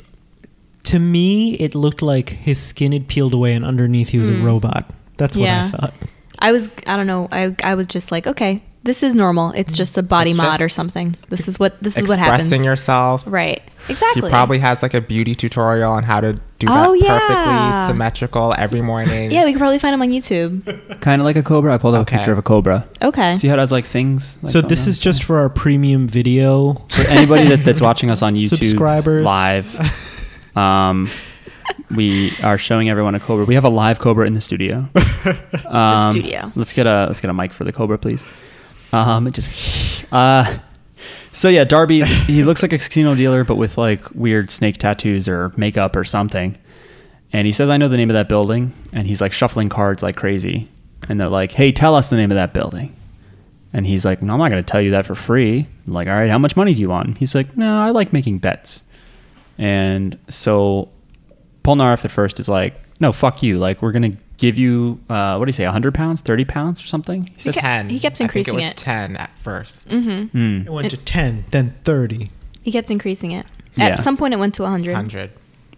Speaker 4: to me, it looked like his skin had peeled away, and underneath he was a robot. That's what
Speaker 2: Yeah.
Speaker 4: I thought.
Speaker 2: I was I don't know. I I was just like, okay, this is normal. It's
Speaker 1: Mm.
Speaker 2: just a body
Speaker 3: It's
Speaker 2: mod
Speaker 3: just
Speaker 2: or something. This is what this is what happens.
Speaker 3: Expressing yourself.
Speaker 2: right. Exactly.
Speaker 3: He probably has like a beauty tutorial on how to do that
Speaker 2: Oh, yeah.
Speaker 3: perfectly symmetrical every morning.
Speaker 2: Yeah, we could probably find him on YouTube.
Speaker 1: kind of like a cobra. I pulled up
Speaker 3: Okay.
Speaker 1: a picture of a cobra.
Speaker 2: Okay.
Speaker 1: See how it has like things. Like
Speaker 4: so
Speaker 1: on
Speaker 4: this
Speaker 1: them?
Speaker 4: is just for our premium video.
Speaker 1: for anybody that, that's watching us on YouTube
Speaker 4: Subscribers.
Speaker 1: live, um, we are showing everyone a cobra. We have a live cobra in the studio. Um,
Speaker 2: studio.
Speaker 1: Let's get a let's get a mic for the cobra, please. Um, it just. Uh, so yeah, Darby. He looks like a casino dealer, but with like weird snake tattoos or makeup or something. And he says, "I know the name of that building." And he's like shuffling cards like crazy. And they're like, "Hey, tell us the name of that building." And he's like, No, I'm not going to tell you that for free. I'm like, all right, how much money do you want? He's like, No, I like making bets. And so Polnareff at first is like, No, fuck you. Like, we're going to give you, uh, what do you say, 100 pounds, 30 pounds or something? He says,
Speaker 2: ca-
Speaker 3: ten.
Speaker 2: he kept
Speaker 3: I
Speaker 2: increasing
Speaker 3: think it was
Speaker 2: it. Mm-hmm.
Speaker 3: ten at 1st
Speaker 4: It went to ten, then thirty.
Speaker 2: He kept increasing it.
Speaker 1: Yeah.
Speaker 2: At some point, it went to 100.
Speaker 3: Hundred.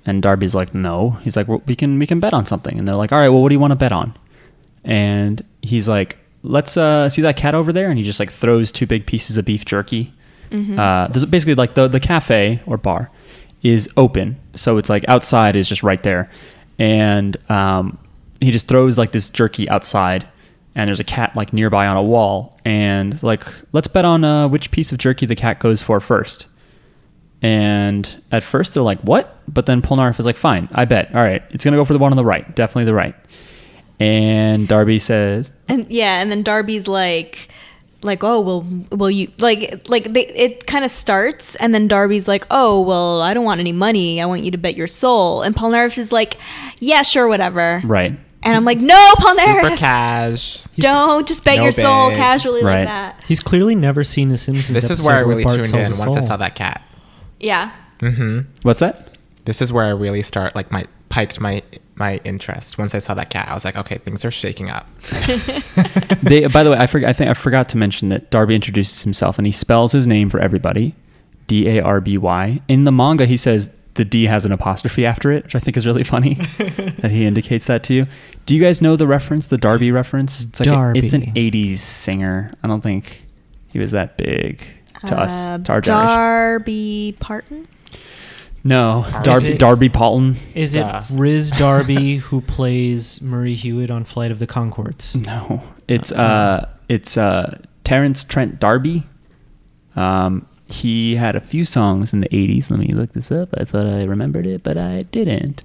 Speaker 1: And Darby's like, no. He's like, well, we can we can bet on something. And they're like, all right, well, what do you want to bet on? And he's like, let's uh, see that cat over there. And he just like throws two big pieces of beef jerky. Uh, this is basically like the the cafe or bar is open, so it's like outside is just right there, and um, he just throws like this jerky outside. And there's a cat like nearby on a wall, and like, let's bet on uh, which piece of jerky the cat goes for first. And at first they're like, what? But then Polnareff is like, fine, I bet. All right, it's going to go for the one on the right. Definitely the right. And Darby says,
Speaker 2: And yeah, and then Darby's like, like, oh well, will you like, like they, it kind of starts, and then Darby's like, oh well, I don't want any money. I want you to bet your soul. And Paul Nerf is like, yeah, sure, whatever.
Speaker 1: right.
Speaker 2: And I'm like, no, Paul
Speaker 3: Super
Speaker 2: Nerf,
Speaker 3: cash.
Speaker 2: don't just bet
Speaker 3: No
Speaker 2: your soul
Speaker 3: big.
Speaker 2: casually
Speaker 1: Right.
Speaker 2: like that.
Speaker 4: He's clearly never seen The Simpsons.
Speaker 3: This is
Speaker 4: episode
Speaker 3: where I really
Speaker 4: Bart
Speaker 3: tuned in
Speaker 4: sells
Speaker 3: once
Speaker 4: his
Speaker 3: I
Speaker 4: soul.
Speaker 3: saw that cat.
Speaker 2: Yeah.
Speaker 1: What's that?
Speaker 3: This is where I really start like my piqued my my interest once I saw that cat. I was like, okay, things are shaking up.
Speaker 1: they, by the way, I forgot. I think I forgot to mention that Darby introduces himself and he spells his name for everybody, D A R B Y. In the manga, he says the D has an apostrophe after it, which I think is really funny that he indicates that to you. Do you guys know the reference, the Darby reference? It's like a-
Speaker 4: Darby.
Speaker 1: it's an '80s singer. I don't think he was that big to
Speaker 2: Uh,
Speaker 1: us, to our generation.
Speaker 2: Darby Parton.
Speaker 1: No,
Speaker 3: Is
Speaker 1: Darby,
Speaker 4: it-
Speaker 1: Darby Paulton.
Speaker 4: Is it
Speaker 3: Duh.
Speaker 4: Riz Darby who plays Murray Hewitt on Flight of the Concords?
Speaker 1: No, it's
Speaker 4: Uh-uh.
Speaker 1: uh, it's uh, Terrence Trent Darby. Um, he had a few songs in the '80s. Let me look this up. I thought I remembered it, but I didn't.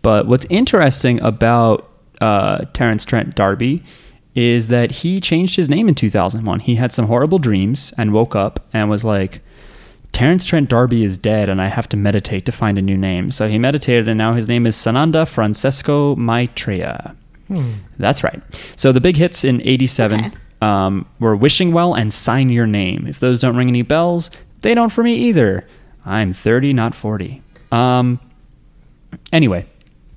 Speaker 1: But what's interesting about uh, Terrence Trent Darby is that he changed his name in 2001. He had some horrible dreams and woke up and was like, Terrence Trent Darby is dead, and I have to meditate to find a new name. So he meditated, and now his name is Sananda Francesco Maitreya. That's right. So the big hits in 87
Speaker 2: Okay.
Speaker 1: um, were Wishing Well and Sign Your Name. If those don't ring any bells, they don't for me either. I'm 30, not 40. Um, anyway,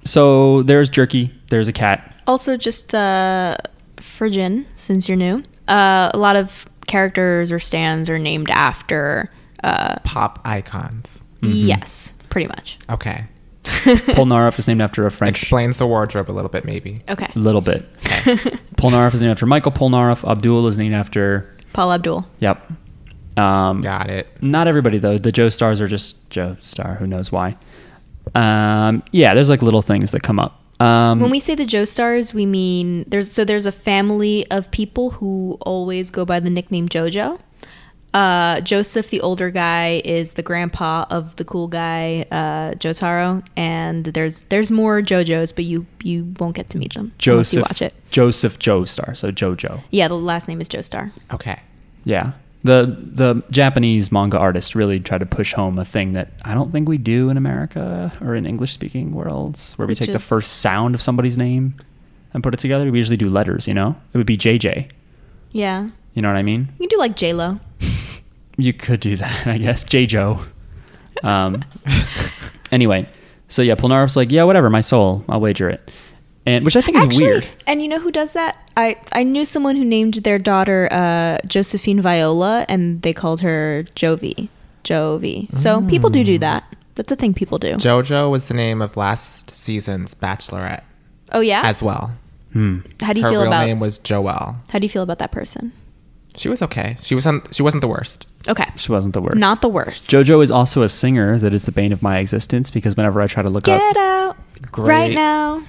Speaker 1: so there's Jerky, there's a cat.
Speaker 2: Also, just uh, for Jin, since you're new, uh, a lot of characters or stands are named after. Uh,
Speaker 3: Pop icons.
Speaker 2: Yes, pretty much.
Speaker 3: Okay.
Speaker 1: Polnareff is named after a French. Oh.
Speaker 3: Explains the wardrobe a little bit, maybe.
Speaker 2: Okay.
Speaker 1: little bit. Polnareff is named after Michael Polnareff. Abdul is named after.
Speaker 2: Paul Abdul.
Speaker 1: Yep. Um,
Speaker 3: Got it.
Speaker 1: Not everybody though. The Joe stars are just Joe star. Who knows why? Um, yeah, there's like little things that come up. Um,
Speaker 2: When we say the Joestars, we mean there's so there's a family of people who always go by the nickname JoJo. Uh, Joseph, the older guy, is the grandpa of the cool guy, uh, Jotaro, and there's there's more JoJos, but you you won't get to meet them unless
Speaker 1: Joseph
Speaker 2: you watch it.
Speaker 1: Joseph Joe star. So JoJo.
Speaker 2: Yeah, the last name is Joestar.
Speaker 3: Okay.
Speaker 1: Yeah. The the Japanese manga artist really tried to push home a thing that I don't think we do in America or in English speaking worlds where we
Speaker 2: Which
Speaker 1: take the
Speaker 2: is-
Speaker 1: first sound of somebody's name and put it together. We usually do letters, you know? It would be JJ.
Speaker 2: Yeah,
Speaker 1: You know what I mean?
Speaker 2: you can do like J Lo.
Speaker 1: You could do that, I guess. J Joe. Um, anyway, so yeah, Polnareff's like, yeah, whatever, my soul, I'll wager it, and which I think is
Speaker 2: Actually,
Speaker 1: weird.
Speaker 2: And you know who does that? I I knew someone who named their daughter uh, Josephine Viola, and they called her Jovi. Jovi. So people do do that. That's a thing people do.
Speaker 3: Jojo was the name of last season's Bachelorette
Speaker 2: oh yeah.
Speaker 3: as well.
Speaker 1: Hmm.
Speaker 2: how do you
Speaker 3: Her
Speaker 2: feel
Speaker 3: real
Speaker 2: about
Speaker 3: name was Joelle.
Speaker 2: how do you feel about that person?
Speaker 3: She was okay. She was on, she wasn't the worst.
Speaker 2: Okay,
Speaker 1: She wasn't the worst.
Speaker 2: not the worst.
Speaker 1: JoJo is also a singer that is the bane of my existence because whenever I try to look
Speaker 2: Get
Speaker 1: up,
Speaker 2: out
Speaker 3: Great.
Speaker 2: right now.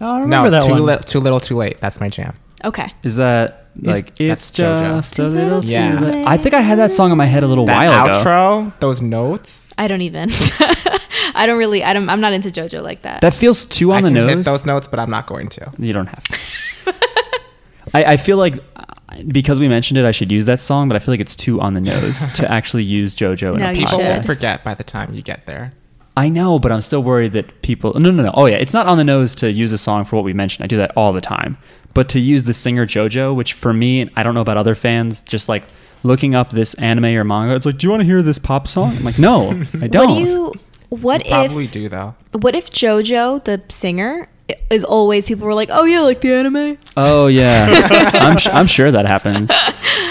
Speaker 4: Oh, I
Speaker 3: No,
Speaker 4: remember that
Speaker 3: too,
Speaker 4: one.
Speaker 3: li- too little, too late. That's my jam.
Speaker 2: Okay.
Speaker 1: is that like it's
Speaker 3: that's JoJo.
Speaker 1: just a little too
Speaker 3: Yeah.
Speaker 1: late. I think I had that song in my head a little
Speaker 3: That
Speaker 1: while ago.
Speaker 3: outro, those notes.
Speaker 2: I don't even. I don't really. I don't. I'm not into JoJo like that.
Speaker 1: That feels too on
Speaker 3: I
Speaker 1: the
Speaker 3: can
Speaker 1: nose.
Speaker 3: hit those notes, but I'm not going to.
Speaker 1: You don't have to. I, I feel like uh, because we mentioned it, I should use that song, but I feel like it's too on the nose to actually use JoJo in
Speaker 2: No,
Speaker 1: a
Speaker 2: you
Speaker 1: podcast.
Speaker 3: People will
Speaker 2: should.
Speaker 3: forget by the time you get there.
Speaker 1: I know, but I'm still worried that people. No, no, no. Oh yeah, it's not on the nose to use a song for what we mentioned. I do that all the time. But to use the singer JoJo, which for me, and I don't know about other fans, just like looking up this anime or manga, it's like, do you want to hear this pop song? I'm like, no, I don't.
Speaker 2: What do you? What if?
Speaker 3: Probably do though.
Speaker 2: What if JoJo, the singer, i- is always people were like, oh yeah, like the anime.
Speaker 1: Oh yeah, I'm sh- I'm sure that happens.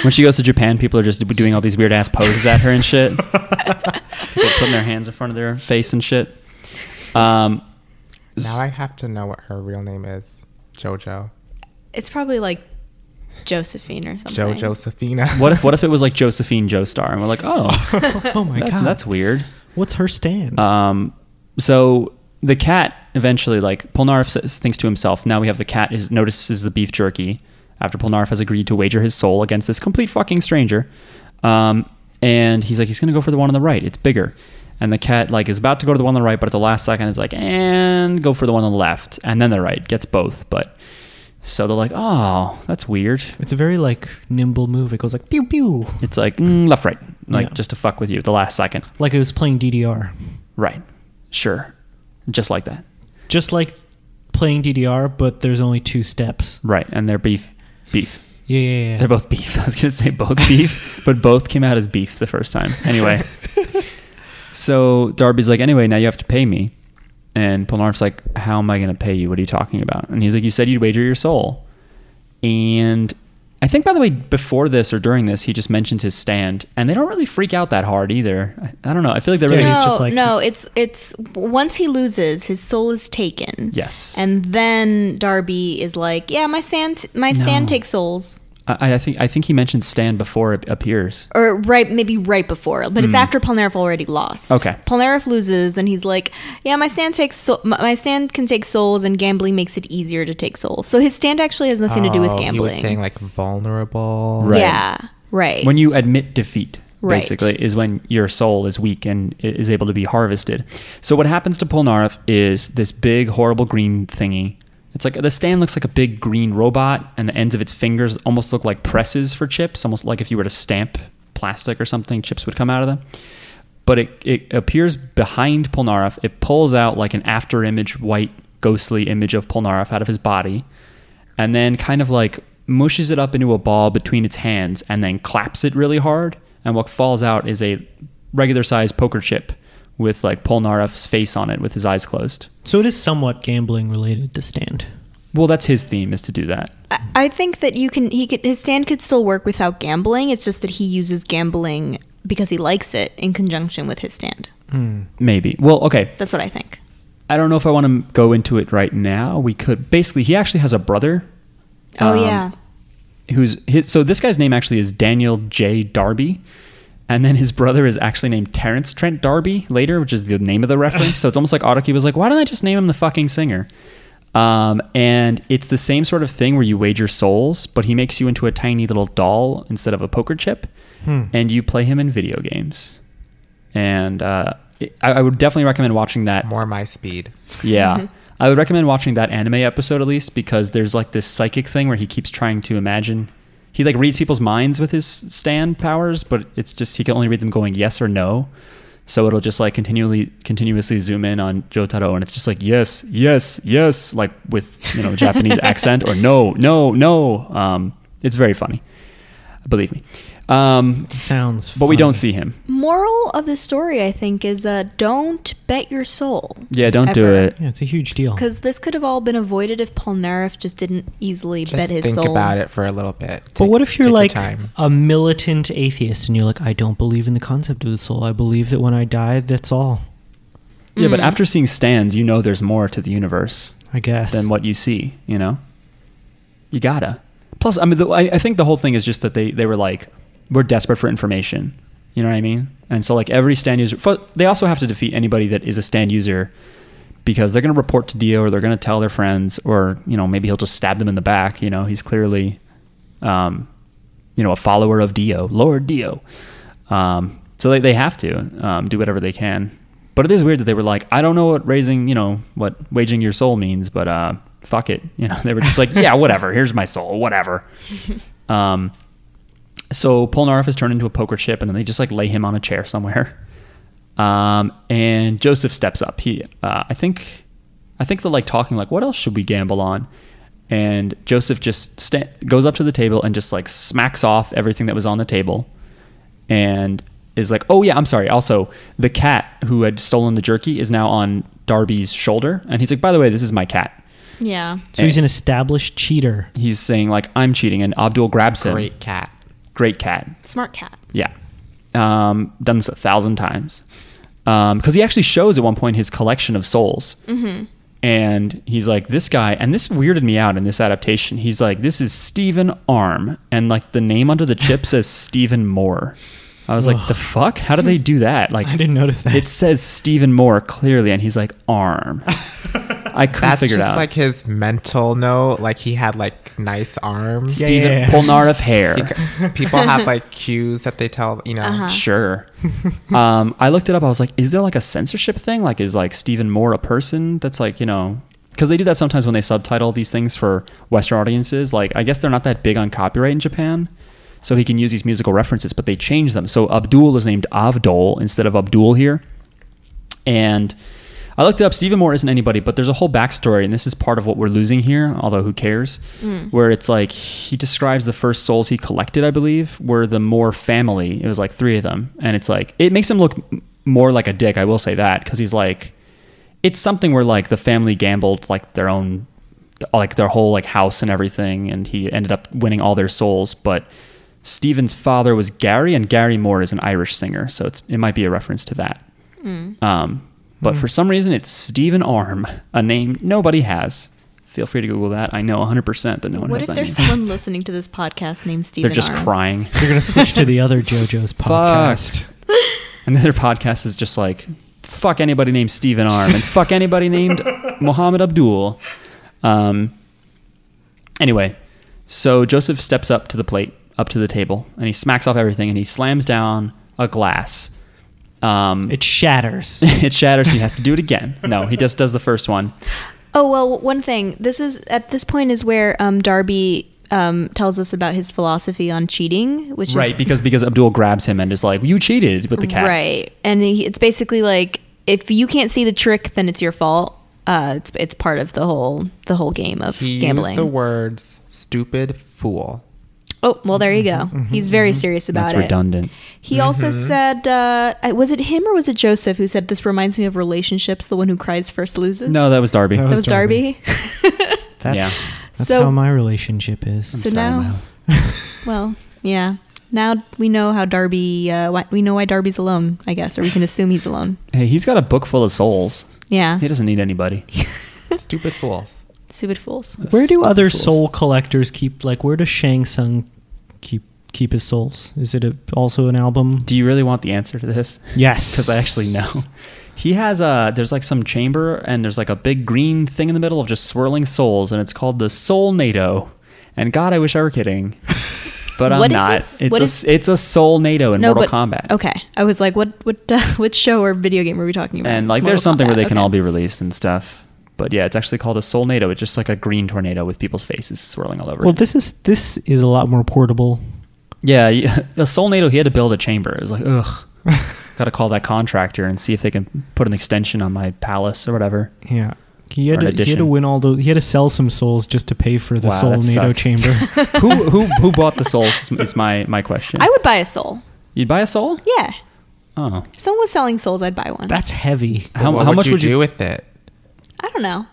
Speaker 1: When she goes to Japan, people are just doing all these weird ass poses at her and shit. people putting their hands in front of their face and shit. Um,
Speaker 3: Now I have to know what her real name is. Jojo.
Speaker 2: It's probably like Josephine or something.
Speaker 3: Jo Josephina.
Speaker 1: what if what if it was like Josephine Joestar and we're like, oh,
Speaker 4: oh my
Speaker 1: that-
Speaker 4: god,
Speaker 1: that's weird.
Speaker 4: What's her stand?
Speaker 1: Um, so the cat eventually, like Polnareff says, thinks to himself, now we have the cat is notices the beef jerky after Polnareff has agreed to wager his soul against this complete fucking stranger. Um, and he's like, he's gonna go for the one on the right. It's bigger. And the cat like is about to go to the one on the right, but at the last second is like, and go for the one on the left, and then the right gets both. But so they're like, oh, that's weird.
Speaker 4: it's a very like nimble move. It goes like pew pew,
Speaker 1: It's like mm, left, right, like
Speaker 4: Yeah.
Speaker 1: just to fuck with you at the last second.
Speaker 4: like it was playing DDR,
Speaker 1: Right, sure, just like that.
Speaker 4: just like playing DDR, but there's only two steps.
Speaker 1: Right, and they're beef, beef.
Speaker 4: Yeah, yeah, yeah.
Speaker 1: They're both beef. I was gonna say both beef, but both came out as beef the first time. Anyway, so Darby's like, anyway, now you have to pay me, And Polnareff's like, How am I going to pay you? What are you talking about? And he's like, You said you'd wager your soul. And I think, by the way, before this or during this, he just mentions his stand. And they don't really freak out that hard either. I, I don't know. I feel like they're really.
Speaker 4: Yeah,
Speaker 2: no,
Speaker 4: he's just like-
Speaker 2: no, it's it's once he loses, his soul is taken.
Speaker 1: Yes.
Speaker 2: And then Darby is like, "Yeah, my stand, my stand
Speaker 1: No.
Speaker 2: takes souls."
Speaker 1: I, I think I think he mentions stand before it appears.
Speaker 2: Or right, maybe right before, but it's after Polnareff already lost.
Speaker 1: Hmm. Okay.
Speaker 2: Polnareff loses, and he's like, "Yeah, my stand takes so- my- my stand can take souls, and gambling makes it easier to take souls." So his stand actually has nothing to do with
Speaker 3: Oh,
Speaker 2: gambling.
Speaker 3: He was saying like vulnerable.
Speaker 1: Right.
Speaker 2: Yeah, right.
Speaker 1: When you admit defeat,
Speaker 2: Right.
Speaker 1: basically, is when your soul is weak and i- is able to be harvested. So what happens to Polnareff is this big, horrible green thingy. It's like the stand looks like a big green robot, and the ends of its fingers almost look like presses for chips, almost like if you were to stamp plastic or something, chips would come out of them. But it, it appears behind Polnareff. It pulls out like an after image, white, ghostly image of Polnareff out of his body and then kind of like mushes it up into a ball between its hands and then claps it really hard. And what falls out is a regular sized poker chip with like Polnareff's face on it with his eyes closed.
Speaker 4: So it is somewhat gambling related to stand.
Speaker 1: Well, that's his theme is to do that.
Speaker 2: I- I think that you can he could his stand could still work without gambling. It's just that he uses gambling because he likes it in conjunction with his stand.
Speaker 1: Maybe. Well, okay.
Speaker 2: That's what I think.
Speaker 1: I don't know if I want to go into it right now. We could. Basically, he actually has a brother
Speaker 2: Oh
Speaker 1: Um,
Speaker 2: yeah.
Speaker 1: who's his, so this guy's name actually is Daniel J. Darby, and then his brother is actually named Terrence Trent Darby later, which is the name of the reference. so it's almost like Autokey was like, why don't I just name him the fucking singer? Um, and it's the same sort of thing where you wager souls, but he makes you into a tiny little doll instead of a poker chip, and you play him in video games. And uh, it- I, I would definitely recommend watching that
Speaker 3: More my speed.
Speaker 1: yeah. I would recommend watching that anime episode at least because there's like this psychic thing where he keeps trying to imagine. He like reads people's minds with his stand powers, but it's just he can only read them going yes or no. So it'll just like continually continuously zoom in on Jotaro and it's just like yes, yes, yes like with, you know, Japanese accent or no, no, no. Um it's very funny. Believe me. Um
Speaker 4: Sounds.
Speaker 1: but we don't see him.
Speaker 2: Moral of the story I think is uh don't bet your soul.
Speaker 1: Yeah, don't do
Speaker 2: Ever.
Speaker 1: it.
Speaker 4: Yeah, it's a huge deal.
Speaker 2: Cuz this could have all been avoided if Polnareff just didn't easily
Speaker 3: Just
Speaker 2: bet his
Speaker 3: think
Speaker 2: soul.
Speaker 3: about it for a little bit.
Speaker 4: But
Speaker 3: Take-
Speaker 4: what if you're
Speaker 3: take your
Speaker 4: like
Speaker 3: time.
Speaker 4: a militant atheist and you're like, I don't believe in the concept of the soul. I believe that when I die, that's all.
Speaker 1: Yeah, but after seeing stands, you know there's more to the universe.
Speaker 4: I guess.
Speaker 1: than what you see. You know, you gotta. Plus, I mean, the, I, I think the whole thing is just that they they were like, we're desperate for information. You know what I mean? And so like every stand user, fu- they also have to defeat anybody that is a stand user because they're gonna report to Dio or they're gonna tell their friends or you know maybe he'll just stab them in the back. You know, he's clearly, um, you know, a follower of Dio, Lord Dio. Um, so they, they have to um, do whatever they can. But it is weird that they were like, I don't know what raising, you know, what waging your soul means, but uh, fuck it. You know, they were just like, yeah, whatever. Here's my soul, whatever. um, so Polnareff is turned into a poker chip, and then they just like lay him on a chair somewhere. Um, and Joseph steps up. He, uh, I think, I think they're like talking like, what else should we gamble on? And Joseph just sta- goes up to the table and just like smacks off everything that was on the table, and is like, oh yeah, I'm sorry. Also, the cat who had stolen the jerky is now on Darby's shoulder, and he's like, by the way, this is my cat.
Speaker 2: Yeah.
Speaker 4: so he's an established cheater.
Speaker 1: He's saying like, I'm cheating, and Abdul grabs him.
Speaker 3: Great cat.
Speaker 1: Great cat.
Speaker 2: Smart cat.
Speaker 1: Yeah. Um, done this a thousand times. Because he actually shows at one point his collection of souls. Mm-hmm. And he's like, this guy, and this weirded me out in this adaptation. He's like, this is Stephen Arm. And like the name under the chip says Stephen Moore. I was like, the fuck? How did they do that? Like,
Speaker 4: I didn't notice that.
Speaker 1: It says Stephen Moore clearly, and he's like, Arm. I couldn't
Speaker 3: That's
Speaker 1: figure
Speaker 3: just
Speaker 1: it out.
Speaker 3: like his mental note. Like he had like nice arms.
Speaker 4: Yeah,
Speaker 1: Stephen
Speaker 4: yeah, yeah.
Speaker 1: Polnareff hair.
Speaker 3: People have like cues that they tell. You know.
Speaker 2: Uh-huh.
Speaker 1: Sure. um, I looked it up. I was like, is there like a censorship thing? Like, is like Stephen Moore a person that's like, you know, because they do that sometimes when they subtitle these things for Western audiences. Like, I guess they're not that big on copyright in Japan. So he can use these musical references, but they change them. So Abdul is named Avdol instead of Abdul here. And I looked it up. Stephen Moore isn't anybody, but there's a whole backstory, and this is part of what we're losing here, although who cares? Where it's like he describes the first souls he collected, I believe, were the Moore family. It was like three of them. And it's like, it makes him look m- more like a dick, I will say that, because he's like, it's something where like the family gambled like their own like their whole like house and everything and he ended up winning all their souls but Stephen's father was Gary and Gary Moore is an Irish singer so it's it might be a reference to that um but for some reason it's Stephen Arm a name nobody has feel free to google that I know 100% that no one
Speaker 2: what
Speaker 1: has
Speaker 2: if
Speaker 1: that
Speaker 2: there's
Speaker 1: name
Speaker 2: someone listening to this podcast named Steven?
Speaker 1: they're just
Speaker 2: Arm?
Speaker 1: crying
Speaker 4: You're gonna switch to the other JoJo's podcast.
Speaker 1: And the other podcast is just like, fuck anybody named Stephen Arm and fuck anybody named Mohammed Abdul. Um, anyway, so Joseph steps up to the plate, up to the table, and he smacks off everything and he slams down a glass. Um, it,
Speaker 4: It shatters.
Speaker 1: shatters. He has to do it again. No, he just does the first one.
Speaker 2: Oh well, one thing. This is at this point is where um, Darby um, tells us about his philosophy on cheating, which
Speaker 1: Right,
Speaker 2: is
Speaker 1: because because Abdul grabs him and is like, "You cheated with the cat."
Speaker 2: Right. And he, it's basically like if you can't see the trick, then it's your fault. Uh, it's it's part of the whole the whole game of
Speaker 3: He
Speaker 2: gambling.
Speaker 3: used the words "stupid fool."
Speaker 2: oh well, there you go. He's very serious about
Speaker 1: Mm-hmm. That's
Speaker 2: it.
Speaker 1: redundant.
Speaker 2: He also
Speaker 1: Mm-hmm.
Speaker 2: said, uh, I- was it him or was it Joseph who said this reminds me of relationships? The one who cries first loses.
Speaker 1: No, that was Darby.
Speaker 4: No.
Speaker 2: that
Speaker 4: was
Speaker 2: was Darby.
Speaker 4: That's,
Speaker 1: Yeah.
Speaker 4: that's
Speaker 2: So-
Speaker 4: how my relationship is.
Speaker 2: so
Speaker 1: sorry,
Speaker 2: now,
Speaker 1: Miles.
Speaker 2: well, yeah. Now we know how Darby. Uh, why, we know why Darby's alone, I guess, or we can assume he's alone.
Speaker 1: Hey, he's got a book full of souls.
Speaker 2: Yeah,
Speaker 1: He doesn't need anybody.
Speaker 3: stupid fools.
Speaker 2: stupid fools.
Speaker 4: Where do
Speaker 1: Stupid
Speaker 4: other
Speaker 1: fools.
Speaker 4: soul collectors keep? Like, where does Shang Tsung keep keep his souls? Is it a, also an album?
Speaker 1: Do you really want the answer to this?
Speaker 4: yes,
Speaker 1: Because I actually know. He has a there's like some chamber and there's like a big green thing in the middle of just swirling souls and it's called the Soul NATO. And God, I wish I were kidding, but I'm
Speaker 2: What is
Speaker 1: not.
Speaker 2: this?
Speaker 1: It's
Speaker 2: What
Speaker 1: a
Speaker 2: is-
Speaker 1: it's a Soul NATO in Mortal Kombat.
Speaker 2: Okay, I was like, what what uh, what show or video game were we talking about?
Speaker 1: And
Speaker 2: It's
Speaker 1: like there's
Speaker 2: Mortal
Speaker 1: something where
Speaker 2: Kombat,
Speaker 1: they can
Speaker 2: okay.
Speaker 1: all be released and stuff. But yeah, it's actually called a Soul NATO. It's just like a green tornado with people's faces swirling all over.
Speaker 4: Well,
Speaker 1: it.
Speaker 4: this is this is a lot more portable.
Speaker 1: Yeah, yeah, a soul NATO. He had to build a chamber. It was like, ugh, got to call that contractor and see if they can put an extension on my palace or whatever.
Speaker 4: Yeah. He
Speaker 1: Or
Speaker 4: had,
Speaker 1: an
Speaker 4: to, he had to
Speaker 1: addition.
Speaker 4: win all those. He had to sell some souls just to pay for the
Speaker 1: Wow,
Speaker 4: soul
Speaker 1: that
Speaker 4: NATO
Speaker 1: sucks.
Speaker 4: chamber.
Speaker 1: who who who bought the souls is my my question.
Speaker 2: I would buy a soul.
Speaker 1: You'd buy a soul?
Speaker 2: Yeah,
Speaker 1: Oh,
Speaker 2: if someone was selling souls, I'd buy one.
Speaker 4: That's heavy.
Speaker 1: how,
Speaker 3: what
Speaker 1: how
Speaker 3: would
Speaker 1: much
Speaker 3: you
Speaker 1: would
Speaker 3: do
Speaker 1: you?
Speaker 3: with it?
Speaker 2: I don't know.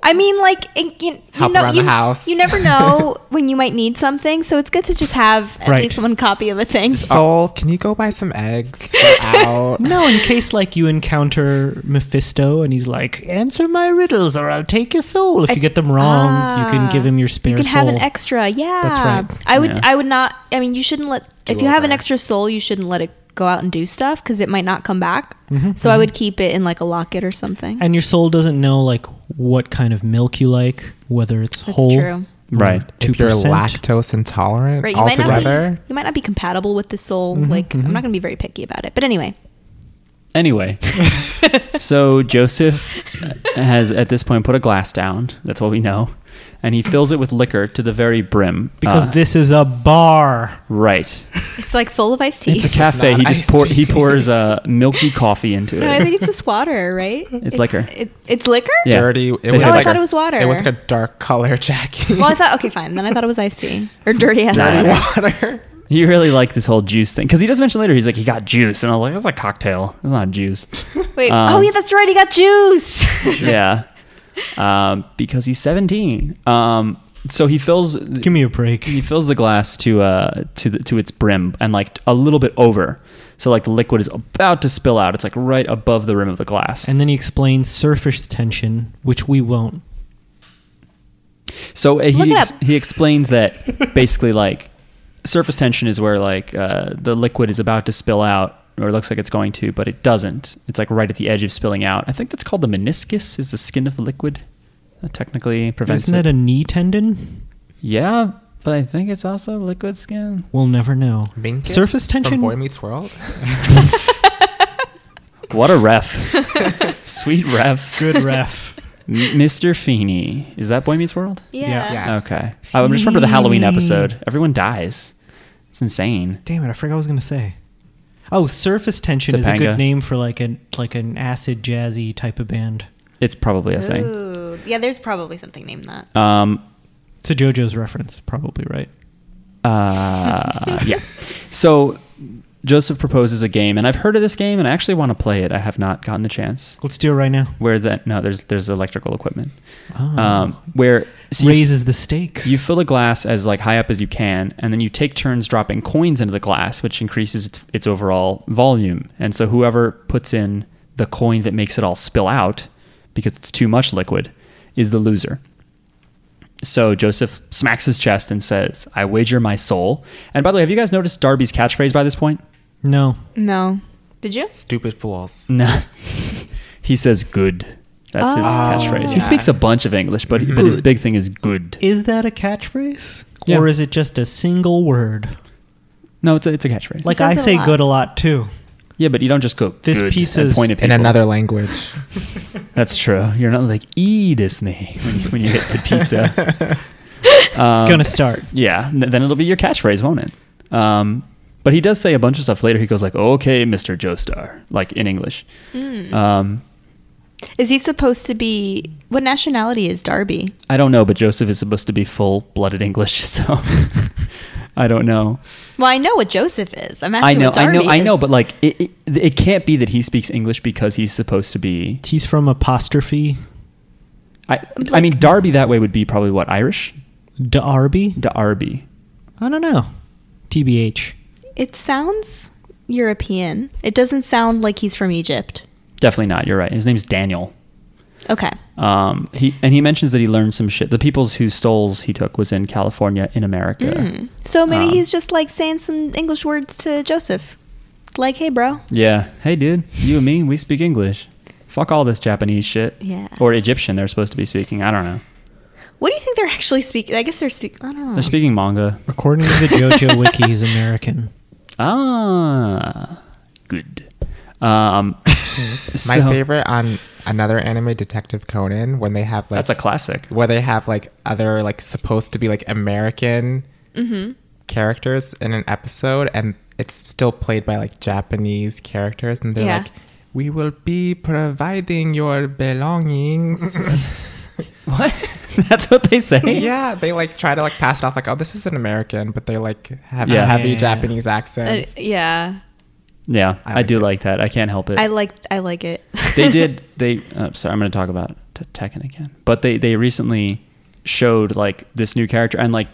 Speaker 2: I mean, like in, in, you
Speaker 3: Help
Speaker 2: know,
Speaker 3: around
Speaker 2: you,
Speaker 3: the house.
Speaker 2: you never know when you might need something, so it's good to just have at
Speaker 4: Right.
Speaker 2: least one copy of a thing.
Speaker 3: Soul, can you go buy some eggs? We're out.
Speaker 4: No, in case like you encounter Mephisto and he's like, "Answer my riddles, or I'll take your soul." If
Speaker 2: I-
Speaker 4: you get them wrong, you can
Speaker 2: Ah.
Speaker 4: give him your spare
Speaker 2: You can
Speaker 4: soul.
Speaker 2: have an extra. Yeah,
Speaker 4: That's right.
Speaker 2: I would.
Speaker 1: Yeah.
Speaker 2: I would not. I mean, you shouldn't let. if you have an
Speaker 3: over.
Speaker 2: extra soul, you shouldn't let it go out and do stuff because it might not come back. So I would keep it in like a locket or something.
Speaker 4: Mm-hmm, and your soul doesn't know like what kind of milk you like, whether it's
Speaker 2: That's
Speaker 4: whole,
Speaker 2: true.
Speaker 1: Right.
Speaker 4: Two
Speaker 3: If you're
Speaker 4: percent.
Speaker 3: lactose intolerant
Speaker 2: Right, you might, not be,
Speaker 3: altogether,
Speaker 2: you might not be compatible with the soul.
Speaker 4: Mm-hmm,
Speaker 2: like, I'm not going to be very picky about it. But anyway,
Speaker 1: Anyway, so Joseph uh, has at this point put a glass down. That's what we know, and he fills it with liquor to the very brim
Speaker 4: Because
Speaker 1: Uh,
Speaker 4: this is a bar.
Speaker 1: right.
Speaker 2: it's like full of iced tea.
Speaker 1: It's a cafe.
Speaker 3: not
Speaker 1: He just
Speaker 3: iced
Speaker 1: pour,
Speaker 3: tea.
Speaker 1: he pours uh, milky coffee into
Speaker 2: no, I
Speaker 1: it.
Speaker 2: think it's just water, right? It's,
Speaker 1: liquor.
Speaker 2: It, it's liquor?
Speaker 1: Yeah.
Speaker 3: dirty. It
Speaker 1: They
Speaker 3: was
Speaker 1: said- Oh, I
Speaker 3: like
Speaker 2: thought
Speaker 3: a-
Speaker 2: it was water.
Speaker 3: It was like a dark color jacket.
Speaker 2: Well, I thought, okay, fine. Then I thought it was iced tea or dirty ass
Speaker 1: Nah.
Speaker 2: water.
Speaker 3: water.
Speaker 1: You really like this whole juice thing because he does mention later he's like he got juice and I was like that's a cocktail it's not juice
Speaker 2: Wait.
Speaker 1: Um,
Speaker 2: oh, yeah, that's right. He got juice.
Speaker 1: yeah um, because he's 17 um, so he fills
Speaker 4: Give me a break.
Speaker 1: he fills the glass to uh to the, to its brim and like a little bit over so like the liquid is about to spill out it's like right above the rim of the glass
Speaker 4: And then he explains surface tension, which we won't.
Speaker 1: So uh,
Speaker 2: Look
Speaker 1: he
Speaker 2: it
Speaker 1: ex-
Speaker 2: up.
Speaker 1: he explains that basically like surface tension is where like uh, the liquid is about to spill out or it looks like it's going to, but it doesn't. It's like right at the edge of spilling out. I think that's called the meniscus. Is the skin of the liquid that technically prevents
Speaker 4: Isn't that
Speaker 1: it?
Speaker 4: a knee tendon?
Speaker 1: yeah, but I think it's also liquid skin.
Speaker 4: We'll never know.
Speaker 3: Minkus
Speaker 4: Surface tension.
Speaker 3: From Boy Meets World.
Speaker 1: What a ref! Sweet ref,
Speaker 4: Good ref.
Speaker 1: M- Mr. Feeney. Is that Boy Meets World?
Speaker 2: yeah.
Speaker 3: Yeah.
Speaker 1: Okay, I just remember the Halloween
Speaker 4: Feeney.
Speaker 1: episode. Everyone dies. It's insane.
Speaker 4: Damn it! I forgot what I was gonna say. Oh, surface tension is a
Speaker 1: Topanga.
Speaker 4: good name for like an like an acid jazzy type of band.
Speaker 1: It's probably a thing.
Speaker 2: Ooh. Yeah, there's probably something named that.
Speaker 1: Um,
Speaker 4: It's a JoJo's reference, probably right.
Speaker 1: Uh, yeah. So Joseph proposes a game, and I've heard of this game, and I actually want to play it. I have not gotten the chance.
Speaker 4: Let's do it right now.
Speaker 1: Where that no, there's there's electrical equipment.
Speaker 4: Oh.
Speaker 1: Um, where so you-
Speaker 4: Raises the stakes.
Speaker 1: you fill a glass as like high up as you can, and then you take turns dropping coins into the glass, which increases its, its overall volume. And so whoever puts in the coin that makes it all spill out, because it's too much liquid, is the loser. So Joseph smacks his chest and says, "I wager my soul." And by the way, have you guys noticed Darby's catchphrase by this point?
Speaker 4: no.
Speaker 2: No. Did you?
Speaker 3: Stupid fools.
Speaker 1: No. he says "good." That's his
Speaker 2: Oh.
Speaker 1: catchphrase. He
Speaker 3: Yeah.
Speaker 1: speaks a bunch of English, but but his
Speaker 4: Good.
Speaker 1: big thing is "good."
Speaker 4: Is that a catchphrase?
Speaker 1: Yeah.
Speaker 4: Or is it just a single word?
Speaker 1: No, it's a, it's a catchphrase.
Speaker 4: Like
Speaker 2: says
Speaker 4: I
Speaker 2: it a
Speaker 4: say
Speaker 2: lot.
Speaker 4: good a lot too.
Speaker 1: Yeah, but you don't just go
Speaker 4: This
Speaker 1: good
Speaker 4: pizza
Speaker 1: and
Speaker 4: is
Speaker 1: point at
Speaker 3: In
Speaker 1: people.
Speaker 3: another language.
Speaker 1: That's true. You're not like e Disney when you, when you hit the pizza. Um,
Speaker 4: Gonna start.
Speaker 1: Yeah, n- then it'll be your catchphrase, won't it? Um, but he does say a bunch of stuff later. He goes like, "Okay, Mister Joestar," like in English.
Speaker 2: Hmm.
Speaker 1: Um,
Speaker 2: Is he supposed to be? What nationality is Darby?
Speaker 1: I don't know, but Joseph is supposed to be full-blooded English, so I don't know.
Speaker 2: Well, I know what Joseph is. I'm
Speaker 1: I
Speaker 2: asking.
Speaker 1: know,
Speaker 2: what
Speaker 1: I
Speaker 2: Darby
Speaker 1: know, I know,
Speaker 2: is.
Speaker 1: but like, it, it it can't be that he speaks English because he's supposed to be.
Speaker 4: He's from apostrophe
Speaker 1: I I mean, Darby that way would be probably what Irish
Speaker 4: Darby.
Speaker 1: Darby.
Speaker 4: I don't know. TBH.
Speaker 2: it sounds European. It doesn't sound like he's from Egypt.
Speaker 1: Definitely not. You're right. His name's Daniel.
Speaker 2: Okay.
Speaker 1: Um, he and he mentions that he learned some shit. The peoples who stoles he took was in California in America.
Speaker 2: Mm. So maybe
Speaker 1: Um,
Speaker 2: he's just like saying some English words to Joseph, like, "Hey, bro."
Speaker 1: Yeah. Hey, dude. You and me, we speak English. Fuck all this Japanese shit.
Speaker 2: Yeah.
Speaker 1: Or Egyptian. They're supposed to be speaking. I don't know.
Speaker 2: What do you think they're actually speaking? I guess they're speaking. I don't know.
Speaker 1: They're speaking manga.
Speaker 4: According to the JoJo wiki, he's American.
Speaker 1: Ah, good. Um,
Speaker 3: My
Speaker 1: so-
Speaker 3: favorite on another anime, Detective Conan, when they have like
Speaker 1: That's a classic.
Speaker 3: where they have like other like supposed to be like American
Speaker 2: Mm-hmm.
Speaker 3: characters in an episode, and it's still played by like Japanese characters, and they're
Speaker 2: Yeah.
Speaker 3: like, "We will be providing your belongings."
Speaker 1: What? That's what they say.
Speaker 3: yeah, they like try to like pass it off like, "Oh, this is an American," but they're like have
Speaker 1: Yeah.
Speaker 3: a heavy
Speaker 4: Yeah.
Speaker 3: Japanese
Speaker 2: Uh,
Speaker 3: accents.
Speaker 2: yeah,
Speaker 1: Yeah,
Speaker 3: I
Speaker 1: I,
Speaker 3: like
Speaker 1: do
Speaker 3: it.
Speaker 1: like that. I can't help it.
Speaker 2: I like. I like it.
Speaker 1: they did they uh, sorry i'm going to talk about T- tekken again but they they recently showed like this new character and like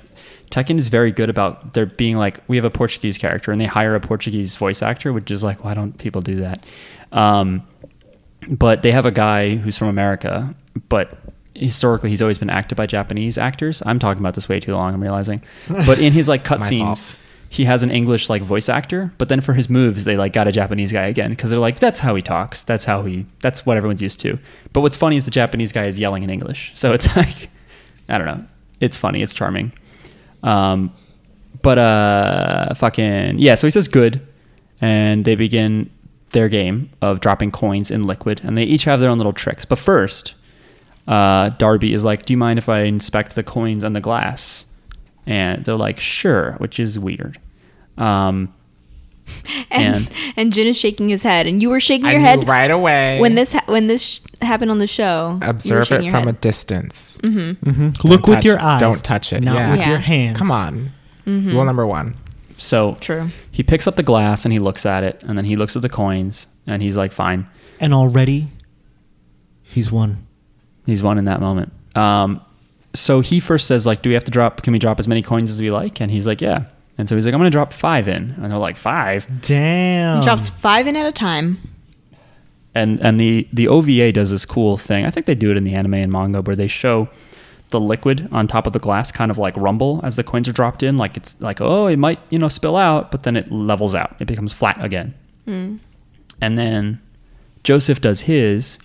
Speaker 1: tekken is very good about there being like we have a portuguese character and they hire a portuguese voice actor which is like why don't people do that um but they have a guy who's from america but historically he's always been acted by japanese actors i'm talking about this way too long i'm realizing but in his like
Speaker 3: My
Speaker 1: cutscenes
Speaker 3: fault.
Speaker 1: he has an English like voice actor, but then for his moves, they like got a Japanese guy again because they're like, that's how he talks, that's how he, that's what everyone's used to. But what's funny is the Japanese guy is yelling in English, so it's like, I don't know, it's funny, it's charming. Um, but uh, fucking yeah, so he says good, and they begin their game of dropping coins in liquid, and they each have their own little tricks. But first, uh, Darby is like, "Do you mind if I inspect the coins on the glass?" And they're like, "Sure," which is weird. Um,
Speaker 2: and and Jin is shaking his head, and you were shaking
Speaker 3: I
Speaker 2: Uh, your
Speaker 3: knew
Speaker 2: head
Speaker 3: right away
Speaker 2: when this ha- when this sh- happened on the show.
Speaker 3: observe it from a distance.
Speaker 4: Mm-hmm. Look with
Speaker 3: touch-
Speaker 4: your eyes.
Speaker 3: don't touch it.
Speaker 4: Not
Speaker 3: Yeah.
Speaker 4: with
Speaker 2: Yeah.
Speaker 4: your hands.
Speaker 3: Come on,
Speaker 2: Mm-hmm.
Speaker 3: rule number one.
Speaker 1: so
Speaker 2: True.
Speaker 1: he picks up the glass and he looks at it, and then he looks at the coins and he's like, "Fine."
Speaker 4: And already, he's won.
Speaker 1: He's won in that moment. Um, so he first says like, "Do we have to drop? Can we drop as many coins as we like?" And he's like, "Yeah." And so he's like, "I'm going to drop five in," and they're like, five? Oh.
Speaker 4: Damn.
Speaker 2: drops five in at a time.
Speaker 1: and and the the OVA does this cool thing. I think they do it in the anime and manga where they show the liquid on top of the glass kind of like rumble as the coins are dropped in, like it's like oh it might you know spill out, but then it levels out. It becomes flat again.
Speaker 2: Hmm.
Speaker 1: And then Joseph does his.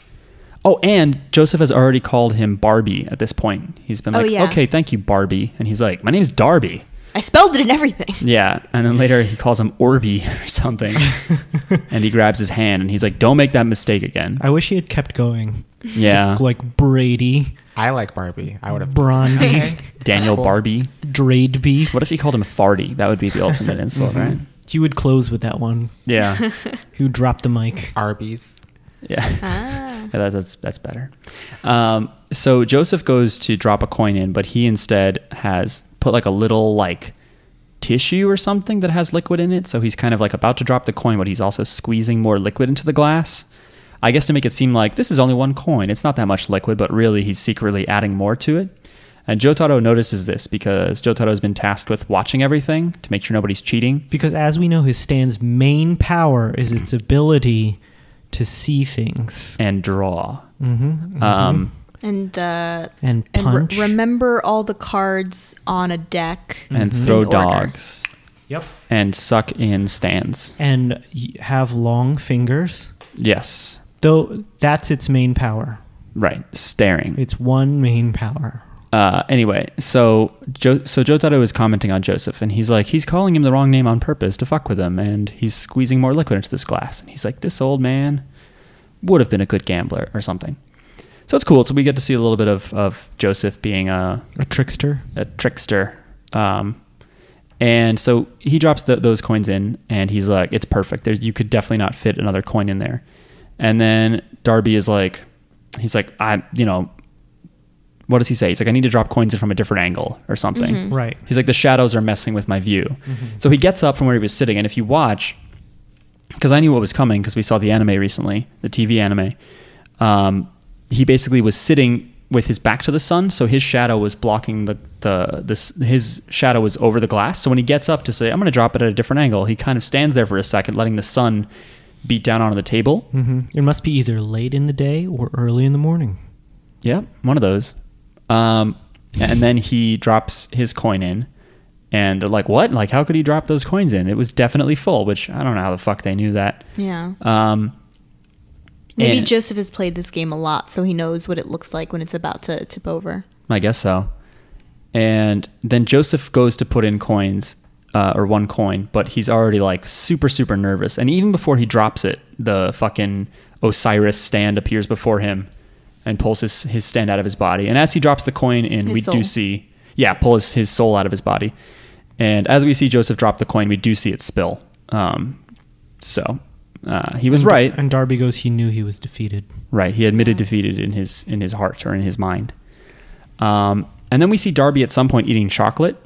Speaker 1: Oh, and Joseph has already called him Barbie at this point. He's been
Speaker 2: Oh,
Speaker 1: like,
Speaker 2: yeah.
Speaker 1: okay, thank you, Barbie. And he's like, my name's Darby.
Speaker 2: I spelled it and everything.
Speaker 1: Yeah, and then later he calls him Orby or something, and he grabs his hand and he's like, "Don't make that mistake again."
Speaker 4: I wish he had kept going.
Speaker 1: Yeah,
Speaker 4: Just like Brady,
Speaker 3: I like Barbie. I would have.
Speaker 4: Brondy,
Speaker 1: Daniel
Speaker 3: Cool.
Speaker 1: Barbie.
Speaker 4: Dradeby.
Speaker 1: What if he called him Farty? That would be the ultimate insult, right?
Speaker 4: You would close with that one.
Speaker 1: Yeah,
Speaker 4: Who dropped the mic?
Speaker 3: Arby's.
Speaker 1: yeah.
Speaker 2: Ah.
Speaker 1: Yeah, that, that's that's better. Um, so Joseph goes to drop a coin in, but he instead has put like a little like tissue or something that has liquid in it. So he's kind of like about to drop the coin, but he's also squeezing more liquid into the glass. I guess to make it seem like this is only one coin. It's not that much liquid, but really he's secretly adding more to it. And Jotaro notices this because Jotaro has been tasked with watching everything to make sure nobody's cheating.
Speaker 4: Because as we know, his stand's main power is its ability to see things
Speaker 1: And draw.
Speaker 4: mm-hmm.
Speaker 1: Um,
Speaker 2: and uh,
Speaker 4: and
Speaker 2: and re-
Speaker 4: punch.
Speaker 2: remember all the cards on a deck.
Speaker 1: and
Speaker 3: Mm-hmm.
Speaker 1: throw
Speaker 2: In order.
Speaker 1: dogs
Speaker 4: yep.
Speaker 1: and suck in stands.
Speaker 4: And y- have long fingers.
Speaker 1: Yes,
Speaker 4: Though that's its main power.
Speaker 1: right. Staring.
Speaker 4: It's one main power.
Speaker 1: Uh, anyway, so jo- so Jotaro is commenting on Joseph, and he's like, he's calling him the wrong name on purpose to fuck with him, and he's squeezing more liquid into this glass. And he's like, this old man would have been a good gambler or something. So it's cool. So we get to see a little bit of of Joseph being uh, a
Speaker 4: A trickster.
Speaker 1: a trickster. Um, and so he drops th those coins in, and he's like, "It's perfect. There's, you could definitely not fit another coin in there." And then Darby is like, "He's like, I, you know, what does he say? He's like, I need to drop coins in from a different angle or something."
Speaker 4: Right.
Speaker 1: He's like, the shadows are messing with my view. So he gets up from where he was sitting. And if you watch, because I knew what was coming because we saw the anime recently, the TV anime, um, he basically was sitting with his back to the sun. So his shadow was blocking the, the this, his shadow was over the glass. So when he gets up to say, I'm going to drop it at a different angle, he kind of stands there for a second, letting the sun beat down onto the table.
Speaker 4: hmm It must be either late in the day or early in the morning.
Speaker 1: Yeah, one of those. Um, and then he drops his coin in, and they're like, "What? Like, how could he drop those coins in? It was definitely full." Which I don't know how the fuck they knew that.
Speaker 2: Yeah.
Speaker 1: Um,
Speaker 2: Maybe
Speaker 1: and-
Speaker 2: Joseph has played this game a lot, so he knows what it looks like when it's about to tip over.
Speaker 1: I guess so. And then Joseph goes to put in coins, uh, or one coin, but he's already like super, super nervous. And even before he drops it, the fucking Osiris stand appears before him and pulls his, his stand out of his body. And as he drops the coin in,
Speaker 2: His
Speaker 1: we do
Speaker 2: soul.
Speaker 1: see, yeah, pull his, his soul out of his body. And as we see Joseph drop the coin, we do see it spill. Um, so uh, he was right.
Speaker 4: And Darby goes, he knew he was defeated.
Speaker 1: Right. He admitted defeated in his in his heart or in his mind. Um, and then we see Darby at some point eating chocolate.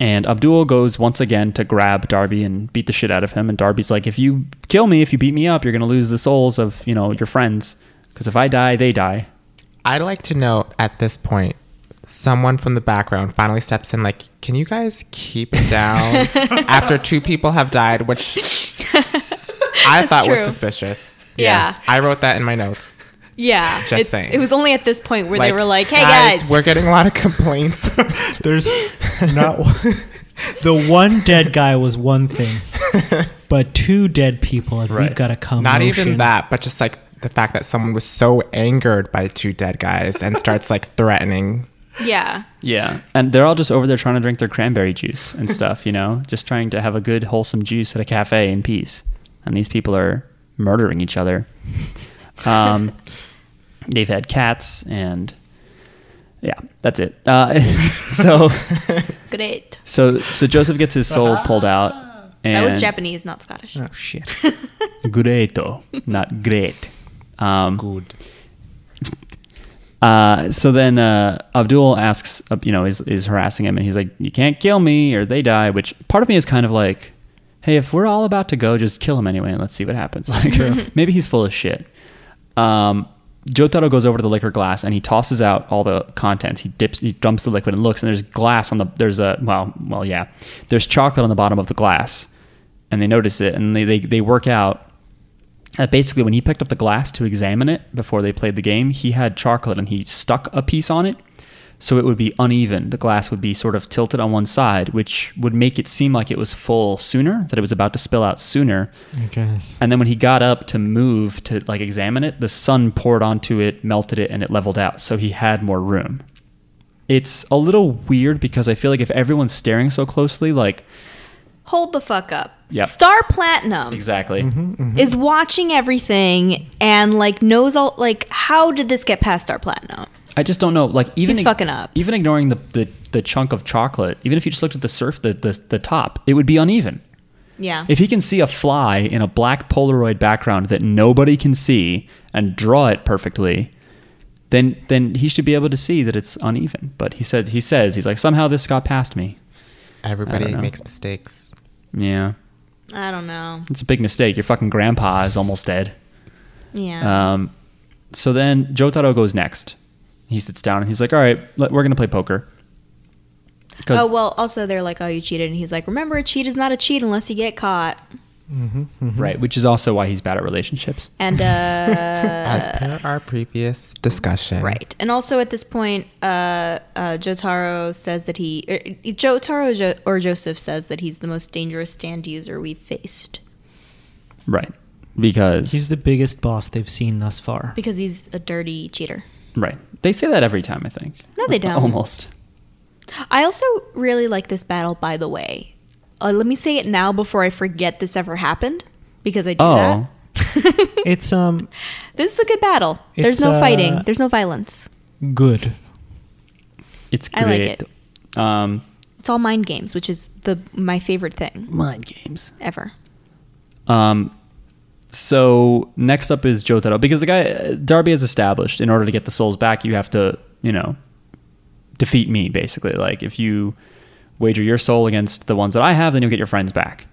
Speaker 1: And Abdul goes once again to grab Darby and beat the shit out of him. And Darby's like, "If you kill me, if you beat me up, you're gonna lose the souls of you know your friends. Because if I die, they die."
Speaker 3: I'd like to note at this point, someone from the background finally steps in, like, can you guys keep it down after two people have died, which I thought was
Speaker 2: true.
Speaker 3: suspicious.
Speaker 2: Yeah.
Speaker 3: I wrote that in my notes.
Speaker 2: Yeah.
Speaker 3: Just
Speaker 2: it,
Speaker 3: saying.
Speaker 2: It was only at this point where they were like, hey, guys
Speaker 3: We're getting a lot of complaints.
Speaker 4: There's not the one dead guy was one thing, but two dead people, and
Speaker 1: Right.
Speaker 4: we've got to come.
Speaker 3: Not even that, but just like the fact that someone was so angered by two dead guys and starts like threatening.
Speaker 2: Yeah.
Speaker 1: Yeah. And they're all just over there trying to drink their cranberry juice and stuff. You know, just trying to have a good wholesome juice at a cafe in peace. And these people are murdering each other. Um, they've had cats and yeah, that's it. Uh, so
Speaker 2: Great.
Speaker 1: so so Joseph gets his soul pulled out. And
Speaker 2: Ah. That was Japanese, not Scottish.
Speaker 4: Oh shit!
Speaker 1: Greto, not great. Um,
Speaker 3: Good.
Speaker 1: Uh, so then uh, Abdul asks, uh, you know, is, is harassing him, and he's like, "You can't kill me, or they die." Which part of me is kind of like, "Hey, if we're all about to go, just kill him anyway, and let's see what happens." Like, maybe he's full of shit. Um, Jotaro goes over to the liquor glass and he tosses out all the contents. He dips, he dumps the liquid and looks, and there's glass on the there's a well, well, yeah, there's chocolate on the bottom of the glass, and they notice it, and they they, they work out uh, basically, when he picked up the glass to examine it before they played the game, he had chocolate and he stuck a piece on it. So it would be uneven. The glass would be sort of tilted on one side, which would make it seem like it was full sooner, that it was about to spill out sooner.
Speaker 4: I guess.
Speaker 1: And then when he got up to move to like examine it, the sun poured onto it, melted it, and it leveled out. So he had more room. It's a little weird because I feel like if everyone's staring so closely, like
Speaker 2: Hold the fuck up.
Speaker 1: Yep.
Speaker 2: Star Platinum
Speaker 1: exactly.
Speaker 2: is watching everything and like knows all like how did this get past Star Platinum?
Speaker 1: I just don't know. Like even
Speaker 2: He's fucking up.
Speaker 1: Even ignoring the, the the chunk of chocolate, even if you just looked at the surf the, the the top, it would be uneven.
Speaker 2: Yeah.
Speaker 1: If he can see a fly in a black Polaroid background that nobody can see and draw it perfectly, then then he should be able to see that it's uneven. But he said he says he's like somehow this got past me. I
Speaker 3: Everybody
Speaker 1: don't know.
Speaker 3: makes mistakes.
Speaker 1: Yeah,
Speaker 2: I don't know.
Speaker 1: it's a big mistake. Your fucking grandpa is almost dead.
Speaker 2: Yeah.
Speaker 1: Um, so then Jotaro goes next. He sits down and he's like, "All right, let, we're gonna play poker." 'Cause-
Speaker 2: oh well. Also, they're like, "Oh, you cheated," and he's like, "Remember, a cheat is not a cheat unless you get caught."
Speaker 4: Mm-hmm.
Speaker 1: right, which is also why he's bad at relationships.
Speaker 2: And
Speaker 3: As
Speaker 2: uh,
Speaker 3: per our previous discussion.
Speaker 2: right. And also at this point, uh, uh, Jotaro says that he er, Jotaro jo- or Joseph says that he's the most dangerous stand user we've faced
Speaker 1: Right, because
Speaker 4: He's the biggest boss they've seen thus far.
Speaker 2: because he's a dirty cheater.
Speaker 1: right. They say that every time, I think.
Speaker 2: No, they don't.
Speaker 1: Almost.
Speaker 2: I also really like this battle, by the way. Uh, let me say it now before I forget this ever happened because I do
Speaker 1: Oh.
Speaker 2: that.
Speaker 4: It's um
Speaker 2: this is a good battle. There's
Speaker 4: It's,
Speaker 2: no
Speaker 4: uh,
Speaker 2: fighting. There's no violence.
Speaker 4: good.
Speaker 1: It's
Speaker 2: I
Speaker 1: great.
Speaker 2: like it.
Speaker 1: Um,
Speaker 2: It's all mind games, which is the my favorite thing
Speaker 1: Mind games.
Speaker 2: ever.
Speaker 1: Um, so next up is Jotaro because the guy Darby has established in order to get the souls back, you have to you know defeat me basically. Like if you wager your soul against the ones that I have, then you'll get your friends back.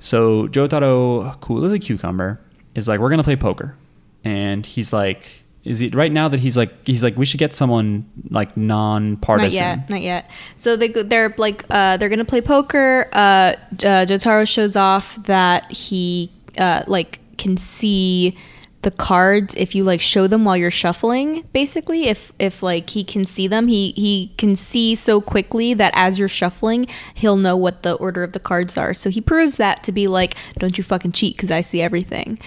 Speaker 1: So Jotaro, cool as a cucumber, is like, we're gonna play poker, and he's like, is it right now that he's like, he's like, we should get someone like
Speaker 2: Not
Speaker 1: non-partisan.
Speaker 2: yet, not yet. So they go- they're like uh, they're gonna play poker. Uh, J- uh, Jotaro shows off that he uh, like can see the cards if you like show them while you're shuffling. Basically, if if like he can see them, he he can see so quickly that as you're shuffling, he'll know what the order of the cards are. So he proves that to be like, don't you fucking cheat because I see everything.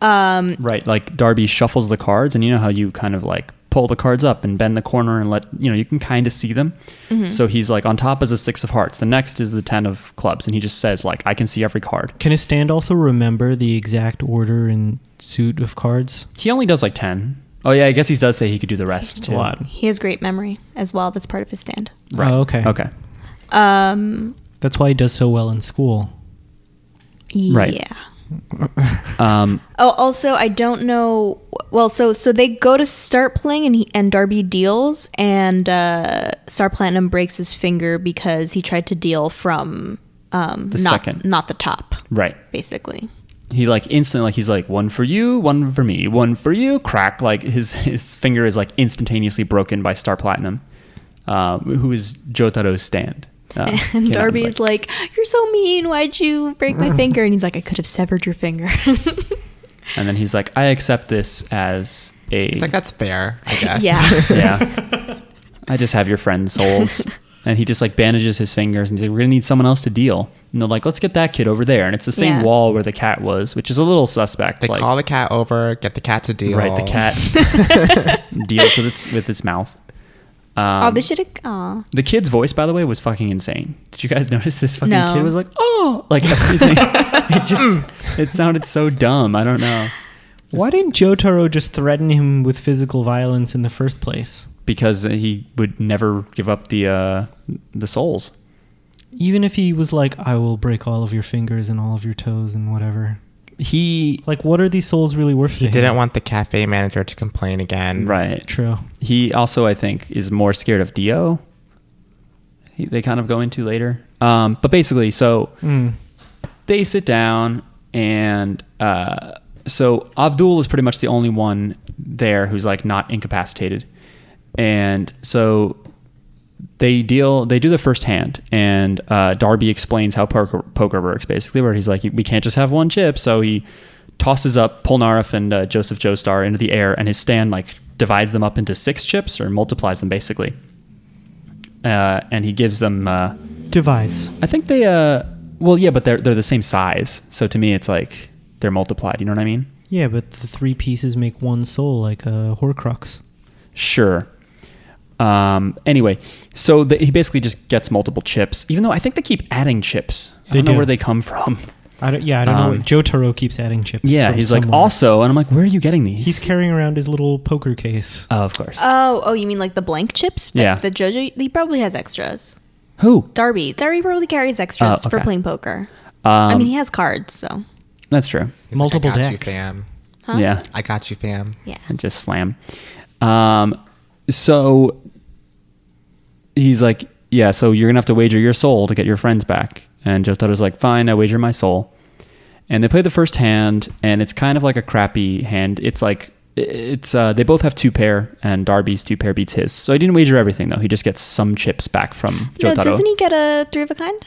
Speaker 2: Um,
Speaker 1: Right, like Darby shuffles the cards, and you know how you kind of like pull the cards up and bend the corner and let you know you can kind of see them. So he's like, on top is the six of hearts, the next is the ten of clubs, and he just says like, I can see every card.
Speaker 4: Can his stand also remember the exact order and suit of cards?
Speaker 1: He only does like ten. Oh yeah, I guess he does say he could do the rest.
Speaker 4: It's
Speaker 1: too.
Speaker 4: a lot.
Speaker 2: he has great memory as well. That's part of his stand.
Speaker 1: Right.
Speaker 4: Oh, okay.
Speaker 1: Okay.
Speaker 2: Um,
Speaker 4: That's why he does so well in school.
Speaker 2: yeah.
Speaker 1: Right. Um,
Speaker 2: Oh, also, I don't know. Well, so so they go to start playing, and he, and Darby deals, and uh, Star Platinum breaks his finger because he tried to deal from um,
Speaker 1: The
Speaker 2: not,
Speaker 1: second.
Speaker 2: not the top,
Speaker 1: right.
Speaker 2: basically.
Speaker 1: He like instantly like he's like one for you, one for me, one for you. Crack. Like his his finger is like instantaneously broken by Star Platinum, uh, who is Jotaro's stand. Uh, came out
Speaker 2: And
Speaker 1: was
Speaker 2: Darby's like, "You're so mean. Why'd you break my finger?" And he's like, "I could have severed your finger."
Speaker 1: And then he's like, I accept this as a.
Speaker 3: It's like, that's fair, I guess.
Speaker 2: yeah.
Speaker 1: yeah. I just have your friend's souls. And he just like bandages his fingers and he's like, we're going to need someone else to deal. And they're like, let's get that kid over there. And it's the same
Speaker 2: Yeah.
Speaker 1: wall where the cat was, which is a little suspect.
Speaker 3: They
Speaker 1: like,
Speaker 3: call the cat over, get the cat to deal.
Speaker 1: Right. The cat deals with its, with its mouth. Um,
Speaker 2: oh, they should have. Oh,
Speaker 1: the kid's voice, by the way, was fucking insane. Did you guys notice this fucking
Speaker 2: No.
Speaker 1: kid was like, oh, like everything? it just, it sounded so dumb. I don't know.
Speaker 4: Why didn't Jotaro just threaten him with physical violence in the first place?
Speaker 1: Because he would never give up the, uh, the souls.
Speaker 4: Even if he was like, I will break all of your fingers and all of your toes and whatever.
Speaker 1: he
Speaker 4: Like, what are these souls really worth?
Speaker 3: He didn't want the cafe manager to complain again.
Speaker 1: right
Speaker 4: True.
Speaker 1: he also i think is more scared of dio he, they kind of go into later um, but basically so
Speaker 4: Mm.
Speaker 1: they sit down and uh, so abdul is pretty much the only one there who's like not incapacitated and so they deal they do the first hand and uh, darby explains how poker, poker works basically where he's like we can't just have one chip so he tosses up polnareff and uh, joseph joestar into the air and his stand like divides them up into six chips or multiplies them basically uh, and he gives them uh,
Speaker 4: Divides.
Speaker 1: I think they uh well yeah, but they're they're the same size. So to me it's like they're multiplied, you know what I mean?
Speaker 4: Yeah, but the three pieces make one soul, like a Horcrux.
Speaker 1: Sure. Um anyway, so the, he basically just gets multiple chips, even though I think they keep adding chips. I
Speaker 4: They
Speaker 1: don't know
Speaker 4: do.
Speaker 1: where they come from.
Speaker 4: I don't, yeah, I don't know.
Speaker 1: Um,
Speaker 4: What, Joe Taro keeps adding chips.
Speaker 1: Yeah,
Speaker 4: from
Speaker 1: he's like
Speaker 4: somewhere.
Speaker 1: also and I'm like, where are you getting these?
Speaker 4: He's carrying around his little poker case.
Speaker 1: oh, of course.
Speaker 2: oh, oh! You mean like the blank chips? That-
Speaker 1: Yeah.
Speaker 2: The JoJo, he probably has extras.
Speaker 1: Who?
Speaker 2: Darby, Darby probably carries extras
Speaker 1: Oh,
Speaker 2: for
Speaker 1: okay.
Speaker 2: playing poker.
Speaker 1: Um,
Speaker 2: I mean, he has cards, so
Speaker 1: that's true.
Speaker 3: He's
Speaker 4: Multiple
Speaker 3: like, I got
Speaker 4: decks.
Speaker 3: you, fam.
Speaker 2: Huh?
Speaker 1: Yeah.
Speaker 3: I got you, fam.
Speaker 2: yeah.
Speaker 1: and just slam. Um, so he's like, yeah, so you're gonna have to wager your soul to get your friends back. And Jotaro's like, fine, I wager my soul. And they play the first hand, and it's kind of like a crappy hand. It's like it's uh, they both have two pair, and Darby's two pair beats his. So he didn't wager everything though. He just gets some chips back from
Speaker 2: No,
Speaker 1: Jotaro.
Speaker 2: doesn't he get a three of a kind?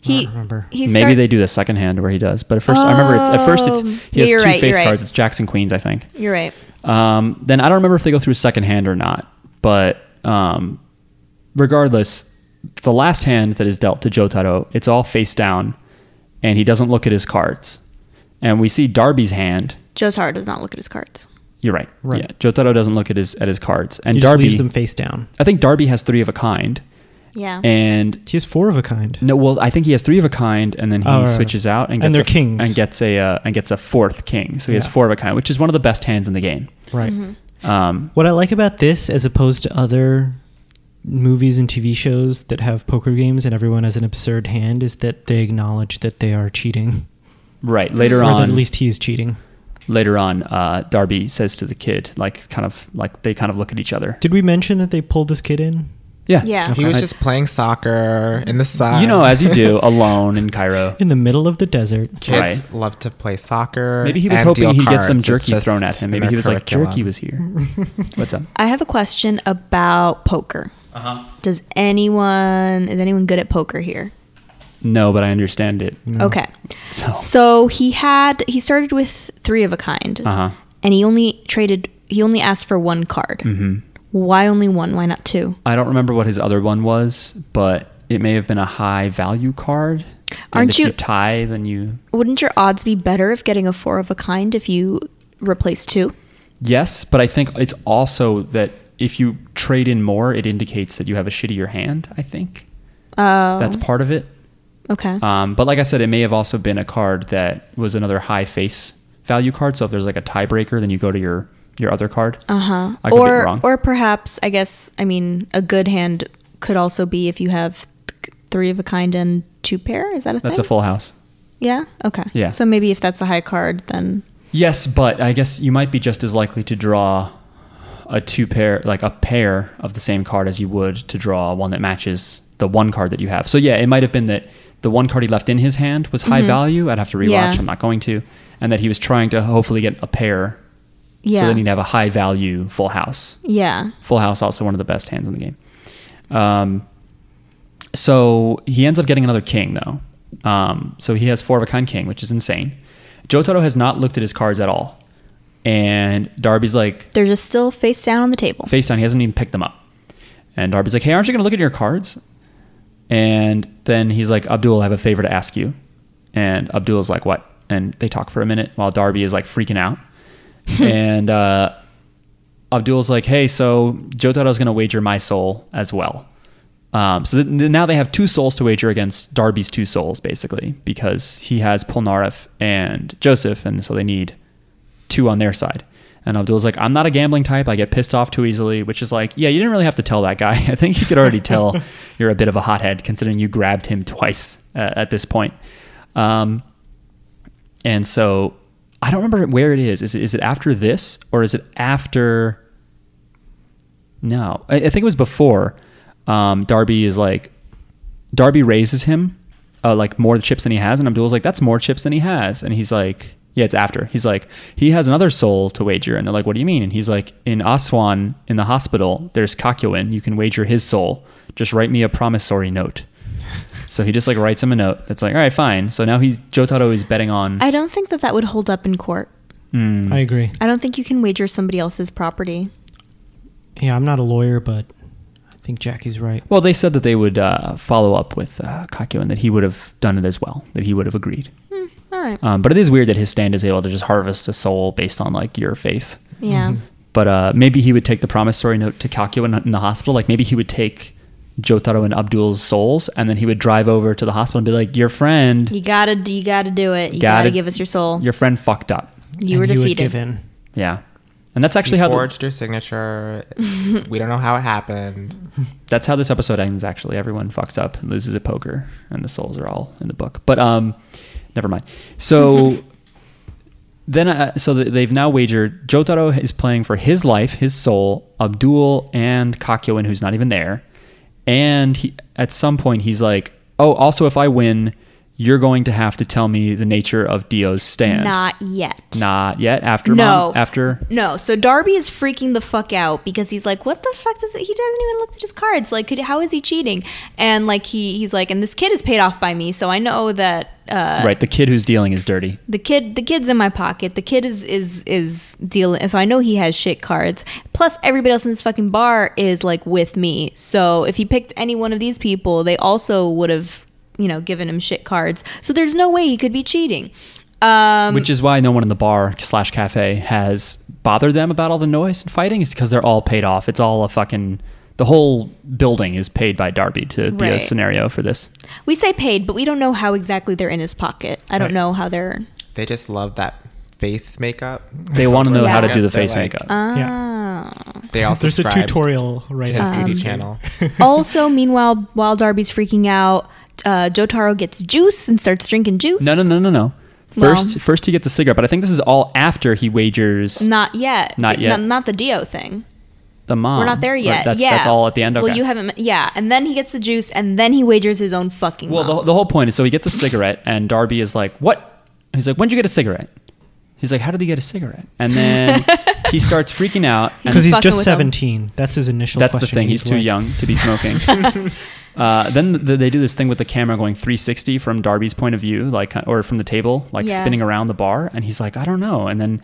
Speaker 2: He,
Speaker 4: remember.
Speaker 2: he
Speaker 1: Maybe
Speaker 2: start-
Speaker 1: they do the second hand where he does, but at first I remember it's at first it's
Speaker 2: Oh.
Speaker 1: he
Speaker 2: Yeah,
Speaker 1: has
Speaker 2: you're
Speaker 1: two
Speaker 2: right,
Speaker 1: face
Speaker 2: you're right.
Speaker 1: cards. It's jacks and queens, I think.
Speaker 2: You're right.
Speaker 1: Um, then I don't remember if they go through second hand or not, but um, regardless, the last hand that is dealt to Jotaro, it's all face down, and he doesn't look at his cards. And we see Darby's hand.
Speaker 2: Jotaro does not look at his cards.
Speaker 1: You're right.
Speaker 4: Right.
Speaker 1: Yeah, Jotaro doesn't look at his at his cards, and
Speaker 4: he just
Speaker 1: Darby.
Speaker 4: leaves them face down.
Speaker 1: I think Darby has three of a kind,
Speaker 2: Yeah.
Speaker 1: and
Speaker 4: He has four of a kind.
Speaker 1: no, well, I think he has three of a kind, and then he
Speaker 4: Oh, right, right.
Speaker 1: switches out and gets
Speaker 4: And they're
Speaker 1: a,
Speaker 4: kings.
Speaker 1: and gets a uh, and gets a fourth king. So he has
Speaker 4: Yeah.
Speaker 1: four of a kind, which is one of the best hands in the game.
Speaker 4: Right.
Speaker 1: Um,
Speaker 4: What I like about this, as opposed to other movies and TV shows that have poker games and everyone has an absurd hand, is that they acknowledge that they are cheating,
Speaker 1: right later
Speaker 4: or
Speaker 1: on,
Speaker 4: that at least he is cheating.
Speaker 1: later on, uh, Darby says to the kid, like, kind of, like they kind of look at each other.
Speaker 4: Did we mention that they pulled this kid in?
Speaker 1: Yeah,
Speaker 2: Yeah.
Speaker 3: He was
Speaker 1: I-
Speaker 3: just playing soccer in the sun.
Speaker 1: you know, as you do, alone in Cairo.
Speaker 4: In the middle of the desert.
Speaker 3: Kids
Speaker 1: Right.
Speaker 3: love to play soccer.
Speaker 1: Maybe he was
Speaker 3: and
Speaker 1: hoping
Speaker 3: deal
Speaker 1: he'd get
Speaker 3: cards.
Speaker 1: some
Speaker 3: It's
Speaker 1: jerky
Speaker 3: just
Speaker 1: thrown at him.
Speaker 3: in
Speaker 1: Maybe
Speaker 3: their
Speaker 1: he was like,
Speaker 3: curriculum.
Speaker 1: jerky was here. What's up?
Speaker 2: I have a question about poker.
Speaker 1: Uh-huh.
Speaker 2: Does anyone is anyone good at poker here?
Speaker 1: No, but I understand it.
Speaker 4: No.
Speaker 2: Okay.
Speaker 1: So,
Speaker 2: So he had he started with three of a kind,
Speaker 1: uh huh.
Speaker 2: and he only traded. He only asked for one card.
Speaker 1: hmm
Speaker 2: Why only one? Why not two?
Speaker 1: I don't remember what his other one was, but it may have been a high value card. And
Speaker 2: Aren't
Speaker 1: if
Speaker 2: you-
Speaker 1: you tie? Then you
Speaker 2: Wouldn't your odds be better of getting a four of a kind if you replace two?
Speaker 1: yes, but I think it's also that if you trade in more, it indicates that you have a shittier hand. I think
Speaker 2: Oh,
Speaker 1: that's part of it.
Speaker 2: okay.
Speaker 1: Um, but like I said, it may have also been a card that was another high face value card. So if there's like a tiebreaker, then you go to your your other card.
Speaker 2: Uh huh.
Speaker 1: I could be
Speaker 2: Or
Speaker 1: wrong.
Speaker 2: or perhaps I guess I mean a good hand could also be if you have th- three of a kind and two pair. Is that a thing?
Speaker 1: That's a full house.
Speaker 2: Yeah. Okay.
Speaker 1: Yeah.
Speaker 2: So maybe if that's a high card, then
Speaker 1: Yes, but I guess you might be just as likely to draw a two pair, like a pair of the same card as you would to draw one that matches the one card that you have. So yeah, it might have been that the one card he left in his hand was high value. I'd have to rewatch.
Speaker 2: Mm-hmm. Yeah.
Speaker 1: I'm not going to. And that he was trying to hopefully get a pair.
Speaker 2: yeah,
Speaker 1: So then he'd have a high value full house.
Speaker 2: yeah,
Speaker 1: Full House, also one of the best hands in the game. Um, so he ends up getting another king, though. Um, so he has four of a kind king, which is insane. Jotaro has not looked at his cards at all. And Darby's like,
Speaker 2: they're just still face down on the table.
Speaker 1: face down, he hasn't even picked them up. And Darby's like, hey, aren't you going to look at your cards? And then he's like, Abdul, I have a favor to ask you. And Abdul's like, what? And they talk for a minute while Darby is like freaking out. and uh, Abdul's like, hey, so Jotaro's going to wager my soul as well. Um, so th- th- now they have two souls to wager against Darby's two souls, basically, because he has Polnareff and Joseph, and so they need two on their side. And Abdul's like, I'm not a gambling type. I get pissed off too easily, which is like, yeah, you didn't really have to tell that guy. I think you could already tell you're a bit of a hothead considering you grabbed him twice uh, at this point. Um, and so I don't remember where it is. Is it, is it after this or is it after? No, I, I think it was before. Um, Darby is like, Darby raises him uh, like more chips than he has, and Abdul's like, that's more chips than he has, and he's like, yeah, it's after. He's like, he has another soul to wager, and they're like, what do you mean? And he's like, in Aswan, in the hospital, there's Kakuin. You can wager his soul. Just write me a promissory note. So he just like writes him a note. It's like, all right, fine. So now he's Jotaro is betting on.
Speaker 2: I don't think that that would hold up in court.
Speaker 1: Mm.
Speaker 4: I agree.
Speaker 2: I don't think you can wager somebody else's property.
Speaker 4: Yeah, I'm not a lawyer, but I think Jackie's right.
Speaker 1: Well, they said that they would uh, follow up with uh, Kakyoin, that he would have done it as well, that he would have agreed.
Speaker 2: Hmm, all right.
Speaker 1: Um, but it is weird that his stand is able to just harvest a soul based on like your faith.
Speaker 2: yeah.
Speaker 4: Mhm.
Speaker 1: But uh, maybe he would take the promissory note to Kakyoin in the hospital. Like maybe he would take Jotaro and Abdul's souls, and then he would drive over to the hospital and be like, "Your friend,
Speaker 2: You gotta, you gotta do it. You gotta,
Speaker 1: Gotta-
Speaker 2: give us your soul.
Speaker 1: your friend fucked up."
Speaker 2: you were
Speaker 4: And
Speaker 2: defeated.
Speaker 4: would give in.
Speaker 1: Yeah, and that's
Speaker 3: He
Speaker 1: actually how the-
Speaker 3: forged your signature. we don't know how it happened.
Speaker 1: that's how this episode ends actually everyone fucks up and loses at poker and the souls are all in the book but um never mind so then uh, so th- they've now wagered jotaro is playing for his life his soul abdul and kakyoin who's not even there And he, at some point, he's like, "Oh, also, if I win, you're going to have to tell me the nature of Dio's stand."
Speaker 2: Not yet.
Speaker 1: Not yet. After mom,
Speaker 2: No.
Speaker 1: after
Speaker 2: No, so Darby is freaking the fuck out because he's like, "What the fuck does it? He doesn't even look at his cards. Like, could, how is he cheating?" And like he he's like, "And this kid is paid off by me, so I know that uh,
Speaker 1: right, the kid who's dealing is dirty.
Speaker 2: the kid the kid's in my pocket. The kid is is is dealing. So I know he has shit cards. Plus, everybody else in this fucking bar is like with me. So if he picked any one of these people, they also would have you know given him shit cards. So there's no way he could be cheating. Um,
Speaker 1: Which is why no one in the bar slash cafe has bothered them about all the noise and fighting. Is because they're all paid off. It's all a fucking. The whole building is paid by Darby to be a
Speaker 2: Right.
Speaker 1: scenario for this.
Speaker 2: We say paid, but we don't know how exactly they're in his pocket. I don't
Speaker 1: Right.
Speaker 2: know how they're.
Speaker 3: They just love that face makeup.
Speaker 1: They want to know how to
Speaker 2: Yeah.
Speaker 1: do the
Speaker 3: They're
Speaker 1: face
Speaker 3: like-
Speaker 1: makeup.
Speaker 4: Yeah.
Speaker 2: Ah.
Speaker 3: They all
Speaker 4: There's a
Speaker 3: subscribed
Speaker 4: tutorial right
Speaker 3: to his
Speaker 4: now.
Speaker 3: beauty channel.
Speaker 2: also, meanwhile, while Darby's freaking out, uh, Jotaro gets juice and starts drinking juice.
Speaker 1: No, no, no, no, no.
Speaker 2: Well-
Speaker 1: First, first he gets a cigarette, but I think this is all after he wagers
Speaker 2: Not yet.
Speaker 1: Not yet.
Speaker 2: Not, not the Dio thing.
Speaker 1: the mom.
Speaker 2: We're not there
Speaker 1: Right,
Speaker 2: yet.
Speaker 1: That's,
Speaker 2: yeah.
Speaker 1: that's all at the end. Okay.
Speaker 2: Well, you haven't. Yeah, and then he gets the juice, and then he wagers his own fucking.
Speaker 1: Well, the,
Speaker 2: mom.
Speaker 1: the whole point is so he gets a cigarette, and Darby is like, What? He's like, When'd you get a cigarette? He's like, How did he get a cigarette? And then he starts freaking out. and
Speaker 4: Because he's
Speaker 2: fucking
Speaker 4: just
Speaker 2: with him.
Speaker 4: 17. That's his initial
Speaker 1: That's the
Speaker 4: question.
Speaker 1: thing. He's too
Speaker 4: like-
Speaker 1: young to be smoking. uh, then th they do this thing with the camera going 360 from Darby's point of view, like uh, or from the table, like
Speaker 2: Yeah.
Speaker 1: spinning around the bar, and he's like, I don't know. And then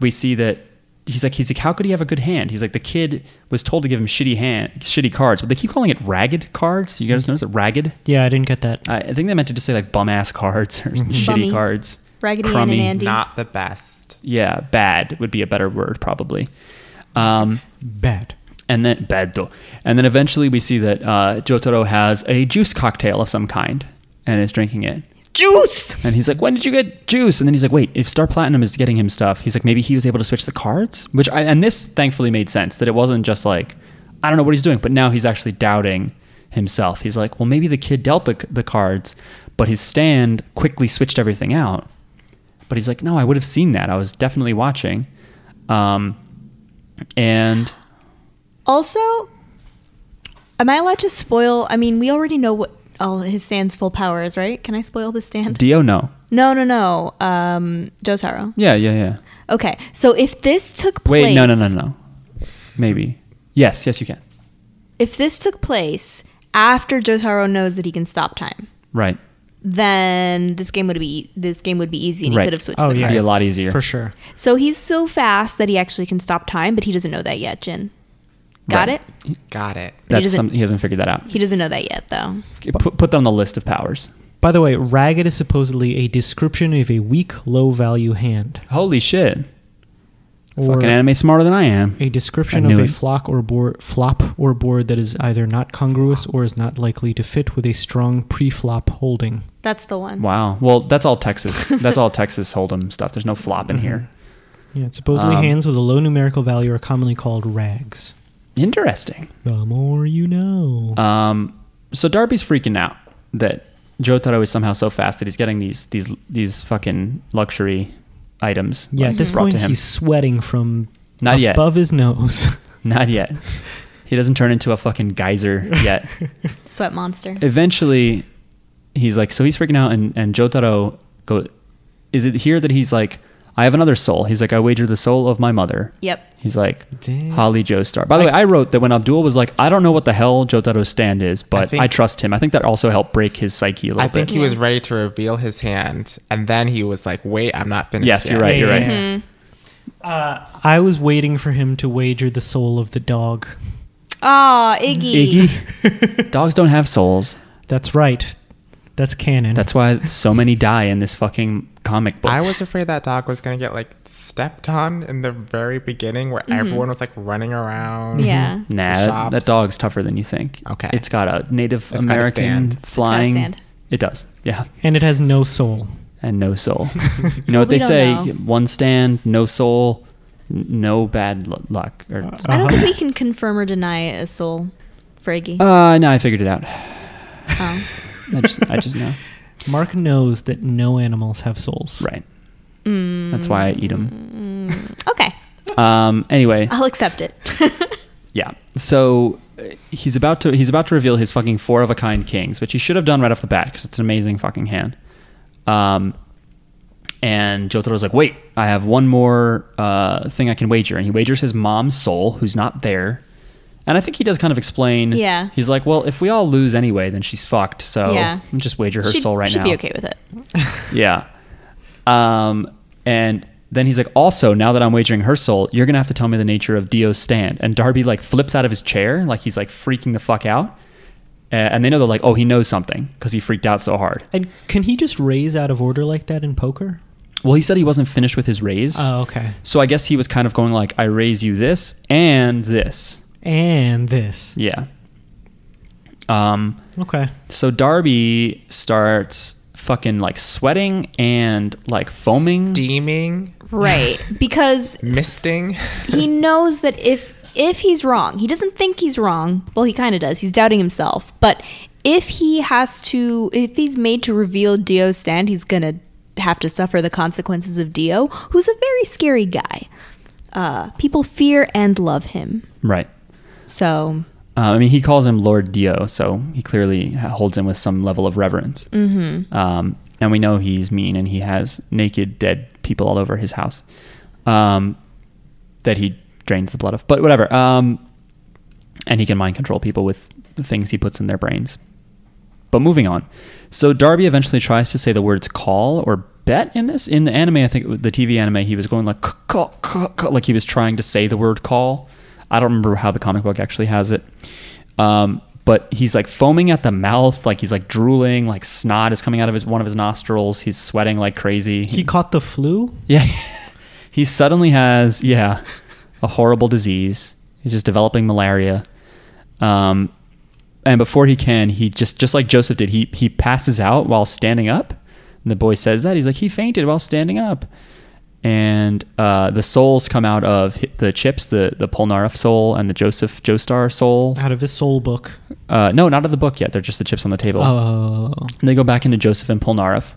Speaker 1: we see that he's like, he's like, how could he have a good hand? He's like, the kid was told to give him shitty hand, shitty cards, but they keep calling it ragged cards. You
Speaker 2: Mm-hmm.
Speaker 1: guys notice it, ragged.
Speaker 4: Yeah, I didn't get that.
Speaker 1: I, I think they meant to just say like bum ass cards or shitty
Speaker 2: Mm-hmm. Bummy.
Speaker 1: cards.
Speaker 2: Raggedy Ann
Speaker 1: crummy.
Speaker 2: and Andy.
Speaker 3: Not the best.
Speaker 1: Yeah, bad would be a better word probably. Um,
Speaker 4: Bad.
Speaker 1: and then Beto. And then eventually we see that uh, Jotaro has a juice cocktail of some kind and is drinking it.
Speaker 2: juice.
Speaker 1: And he's like, "When did you get juice?" And then he's like, "Wait, if Star Platinum is getting him stuff, he's like, maybe he was able to switch the cards." Which I, and this thankfully made sense that it wasn't just like, I don't know what he's doing, but now he's actually doubting himself. He's like, "Well, maybe the kid dealt the, the cards, but his stand quickly switched everything out." But he's like, "No, I would have seen that. I was definitely watching." Um, and
Speaker 2: Also, am I allowed to spoil? I mean, we already know what all his stand's full power is, right? Can I spoil the stand?
Speaker 1: Dio, no,
Speaker 2: no, no, no. Um, Jotaro.
Speaker 1: yeah, yeah, yeah.
Speaker 2: Okay, so if this took place,
Speaker 1: Wait, no, no, no, no. Maybe. Yes, yes, you can.
Speaker 2: If this took place after Jotaro knows that he can stop time,
Speaker 1: Right.
Speaker 2: then this game would be e, this game would be easy, and he
Speaker 1: Right.
Speaker 2: could have switched
Speaker 4: Oh,
Speaker 2: the
Speaker 4: yeah.
Speaker 1: It'd be a
Speaker 2: cards.
Speaker 1: lot easier.
Speaker 4: For sure.
Speaker 2: So he's so fast that he actually can stop time, but he doesn't know that yet, Jin. Got
Speaker 1: Right.
Speaker 2: it?
Speaker 3: Got it.
Speaker 1: That's
Speaker 2: doesn't-
Speaker 1: some, he hasn't figured that out.
Speaker 2: He doesn't know that yet, though.
Speaker 1: Okay, Put, put that on the list of powers.
Speaker 4: By the way, ragged is supposedly a description of a weak, low value hand.
Speaker 1: Holy shit.
Speaker 4: Or
Speaker 1: Fucking anime smarter than I am.
Speaker 4: a description
Speaker 1: I
Speaker 4: of
Speaker 1: knew
Speaker 4: a
Speaker 1: it.
Speaker 4: flock or board, flop or board that is either not congruous or is not likely to fit with a strong pre-flop holding.
Speaker 2: That's the one.
Speaker 1: Wow. Well, that's all Texas. that's all Texas Hold'em stuff. There's no flop in
Speaker 4: Mm-hmm.
Speaker 1: here.
Speaker 4: Yeah, supposedly
Speaker 1: Um,
Speaker 4: hands with a low numerical value are commonly called rags.
Speaker 1: Interesting.
Speaker 4: The more you know.
Speaker 1: Um, so Darby's freaking out that Jotaro is somehow so fast that he's getting these these these fucking luxury items.
Speaker 4: yeah,
Speaker 2: Uh,
Speaker 1: like,
Speaker 4: at this
Speaker 1: brought
Speaker 4: point
Speaker 1: to him.
Speaker 4: he's sweating from
Speaker 1: Not yet.
Speaker 4: above his nose.
Speaker 1: Not yet. He doesn't turn into a fucking geyser yet.
Speaker 2: Sweat monster.
Speaker 1: eventually he's like so he's freaking out and, and jotaro go is it here that he's like i have another soul he's like i wager the soul of my mother
Speaker 2: Yep.
Speaker 1: he's like
Speaker 4: Damn.
Speaker 1: holly joestar by the way i wrote that when abdul was like i don't know what the hell jotaro's stand is but i,
Speaker 3: I think-
Speaker 1: trust him i think that also helped break his psyche a little
Speaker 3: I think
Speaker 1: bit
Speaker 3: he was ready to reveal his hand, and then he was like, "Wait, I'm not finished."
Speaker 1: yes you're
Speaker 3: yet."
Speaker 1: right you're right
Speaker 2: Mm-hmm.
Speaker 4: Uh, I was waiting for him to wager the soul of the dog.
Speaker 2: Aw, Iggy.
Speaker 1: iggy dogs don't have souls
Speaker 4: That's right. That's canon.
Speaker 1: that's why so many die in this fucking comic book
Speaker 3: I was afraid that dog was gonna get like stepped on in the very beginning, where everyone was like running around.
Speaker 2: Mm-hmm. Yeah.
Speaker 1: Nah,
Speaker 3: The
Speaker 1: that, that
Speaker 3: shops.
Speaker 1: dog's tougher than you think.
Speaker 3: Okay.
Speaker 1: It's got a Native
Speaker 3: It's got a
Speaker 1: American
Speaker 3: stand. It's got a
Speaker 1: flying.
Speaker 2: stand.
Speaker 1: It does. Yeah.
Speaker 4: and it has no soul.
Speaker 1: And no soul. you know what they
Speaker 2: we don't
Speaker 1: say?
Speaker 2: know.
Speaker 1: One stand, no soul, n- no bad l- luck. Or,
Speaker 2: I don't
Speaker 4: Uh-huh.
Speaker 2: think we can confirm or deny a soul for Iggy.
Speaker 1: uh, no, I figured it out.
Speaker 2: Oh.
Speaker 1: I just, I just know.
Speaker 4: Mark knows that no animals have souls.
Speaker 1: Right.
Speaker 2: Mm.
Speaker 1: That's why I eat them.
Speaker 2: Okay.
Speaker 1: Um, anyway,
Speaker 2: Ah, I'll accept it.
Speaker 1: Yeah. So uh, he's about to he's about to reveal his fucking four of a kind kings, which he should have done right off the bat because it's an amazing fucking hand. Um, and Jotaro's like, wait, I have one more uh, thing I can wager, and he wagers his mom's soul, who's not there. And I think he does kind of explain.
Speaker 2: Yeah.
Speaker 1: He's like, well, if we all lose anyway, then she's fucked. So
Speaker 2: Yeah.
Speaker 1: I'm just wager her
Speaker 2: She'd-
Speaker 1: soul right
Speaker 2: she'd
Speaker 1: now.
Speaker 2: be okay with it.
Speaker 1: Yeah. Um, and then he's like, also, now that I'm wagering her soul, you're gonna have to tell me the nature of Dio's stand. And Darby like flips out of his chair, like he's like freaking the fuck out. Uh, and they know they're like, oh, he knows something because he freaked out so hard.
Speaker 4: And can he just raise out of order like that in poker?
Speaker 1: Well, he said he wasn't finished with his raise,
Speaker 4: Oh, okay.
Speaker 1: so I guess he was kind of going like, I raise you this and this.
Speaker 4: And this.
Speaker 1: Yeah. Um.
Speaker 4: Okay.
Speaker 1: So Darby starts fucking like sweating and like foaming.
Speaker 3: Steaming,
Speaker 2: Right. Because
Speaker 3: misting.
Speaker 2: he knows that if if he's wrong, he doesn't think he's wrong. Well, he kind of does. He's doubting himself. But if he has to, if he's made to reveal Dio's stand, he's gonna have to suffer the consequences of Dio, who's a very scary guy. Uh, people fear and love him.
Speaker 1: Right.
Speaker 2: So
Speaker 1: Uh, I mean, he calls him Lord Dio, so he clearly ha- holds him with some level of reverence. Mm-hmm. Um, and we know he's mean, and he has naked, dead people all over his house um, that he drains the blood of. But whatever. Um, and he can mind control people with the things he puts in their brains. But moving on. So Darby eventually tries to say the words call or bet in this. In the anime, I think the TV anime, he was going like "Ca- call, call, call," like he was trying to say the word call. I don't remember how the comic book actually has it. Um, but he's like foaming at the mouth, like he's like drooling, like snot is coming out of his one of his nostrils. He's sweating like crazy.
Speaker 4: He caught the flu?
Speaker 1: Yeah. he suddenly has, yeah, a horrible disease. He's just developing malaria. Um, and before he can, he just, just like Joseph did, he, he passes out while standing up. And the boy says that. He's like, he fainted while standing up. And uh, the souls come out of hi- the chips, the, the Polnareff soul and the Joseph Joestar soul.
Speaker 4: Out of his soul book.
Speaker 1: Uh, no, not of the book yet. They're just the chips on the table.
Speaker 4: Oh.
Speaker 1: And they go back into Joseph and Polnareff.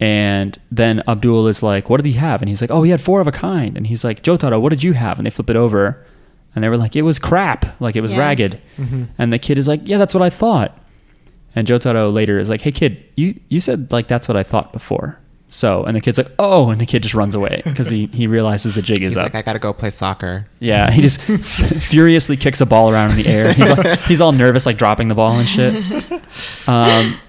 Speaker 1: And then Abdul is like, What did he have? And he's like, Oh, he had four of a kind. And he's like, Jotaro, what did you have? And they flip it over. And they were like, It was crap. Like, it was
Speaker 2: Yeah.
Speaker 1: ragged.
Speaker 3: Mm-hmm.
Speaker 1: And the kid is like, Yeah, that's what I thought. And Jotaro later is like, Hey, kid, you, you said, like, that's what I thought before. So, and the kid's like, Oh, and the kid just runs away because he, he realizes the jig is
Speaker 3: He's
Speaker 1: up.
Speaker 3: like, I gotta go play soccer.
Speaker 1: Yeah, he just furiously kicks a ball around in the air. He's like, he's all nervous, like dropping the ball and shit. Um,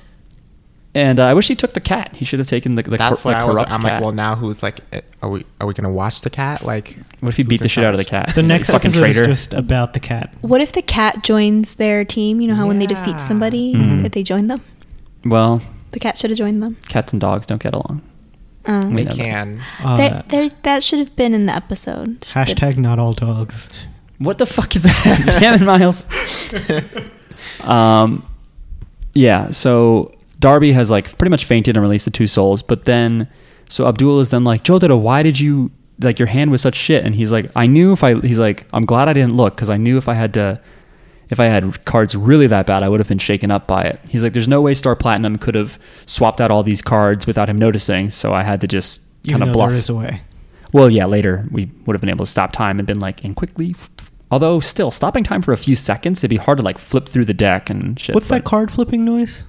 Speaker 1: and uh, I wish he took the cat. He should have taken the the,
Speaker 3: That's
Speaker 1: cor-
Speaker 3: what
Speaker 1: the
Speaker 3: I was.
Speaker 1: corrupt
Speaker 3: I'm
Speaker 1: cat.
Speaker 3: like, well, now who's like, eh, are we are we gonna watch the cat? Like,
Speaker 1: what if he
Speaker 3: who's
Speaker 1: beat the
Speaker 3: in
Speaker 1: shit out of the
Speaker 3: charge?
Speaker 1: cat?
Speaker 4: The next
Speaker 1: fucking
Speaker 4: episode
Speaker 1: traitor.
Speaker 4: is just about the cat.
Speaker 2: what if the cat joins their team? You know how when they defeat
Speaker 3: Yeah.
Speaker 2: somebody,
Speaker 4: Hmm.
Speaker 1: Mhm.
Speaker 2: if they join them,
Speaker 1: well,
Speaker 2: the cat should have joined them.
Speaker 1: cats and dogs don't get along.
Speaker 2: Uh,
Speaker 1: We
Speaker 3: They
Speaker 1: know that.
Speaker 3: can.
Speaker 4: Uh,
Speaker 2: that, there, that should have been in the episode. Just the-
Speaker 4: hashtag not all dogs.
Speaker 1: What the fuck is that? Damn it, Miles. um, yeah. So Darby has like pretty much fainted and released the two souls, but then so Abdul is then like, Jotaro, why did you like your hand was such shit? And he's like, I knew if I he's like, I'm glad I didn't look because I knew if I had to if I had cards really that bad, I would have been shaken up by it. He's like, there's no way Star Platinum could have swapped out all these cards without him noticing, so I had to just
Speaker 4: Even
Speaker 1: kind of
Speaker 4: though
Speaker 1: bluff.
Speaker 4: there is a way.
Speaker 1: Well, yeah, later we would have been able to stop time and been like, and quickly. Although, still, stopping time for a few seconds, it'd be hard to like flip through the deck and shit.
Speaker 4: What's that
Speaker 1: but
Speaker 4: card flipping noise?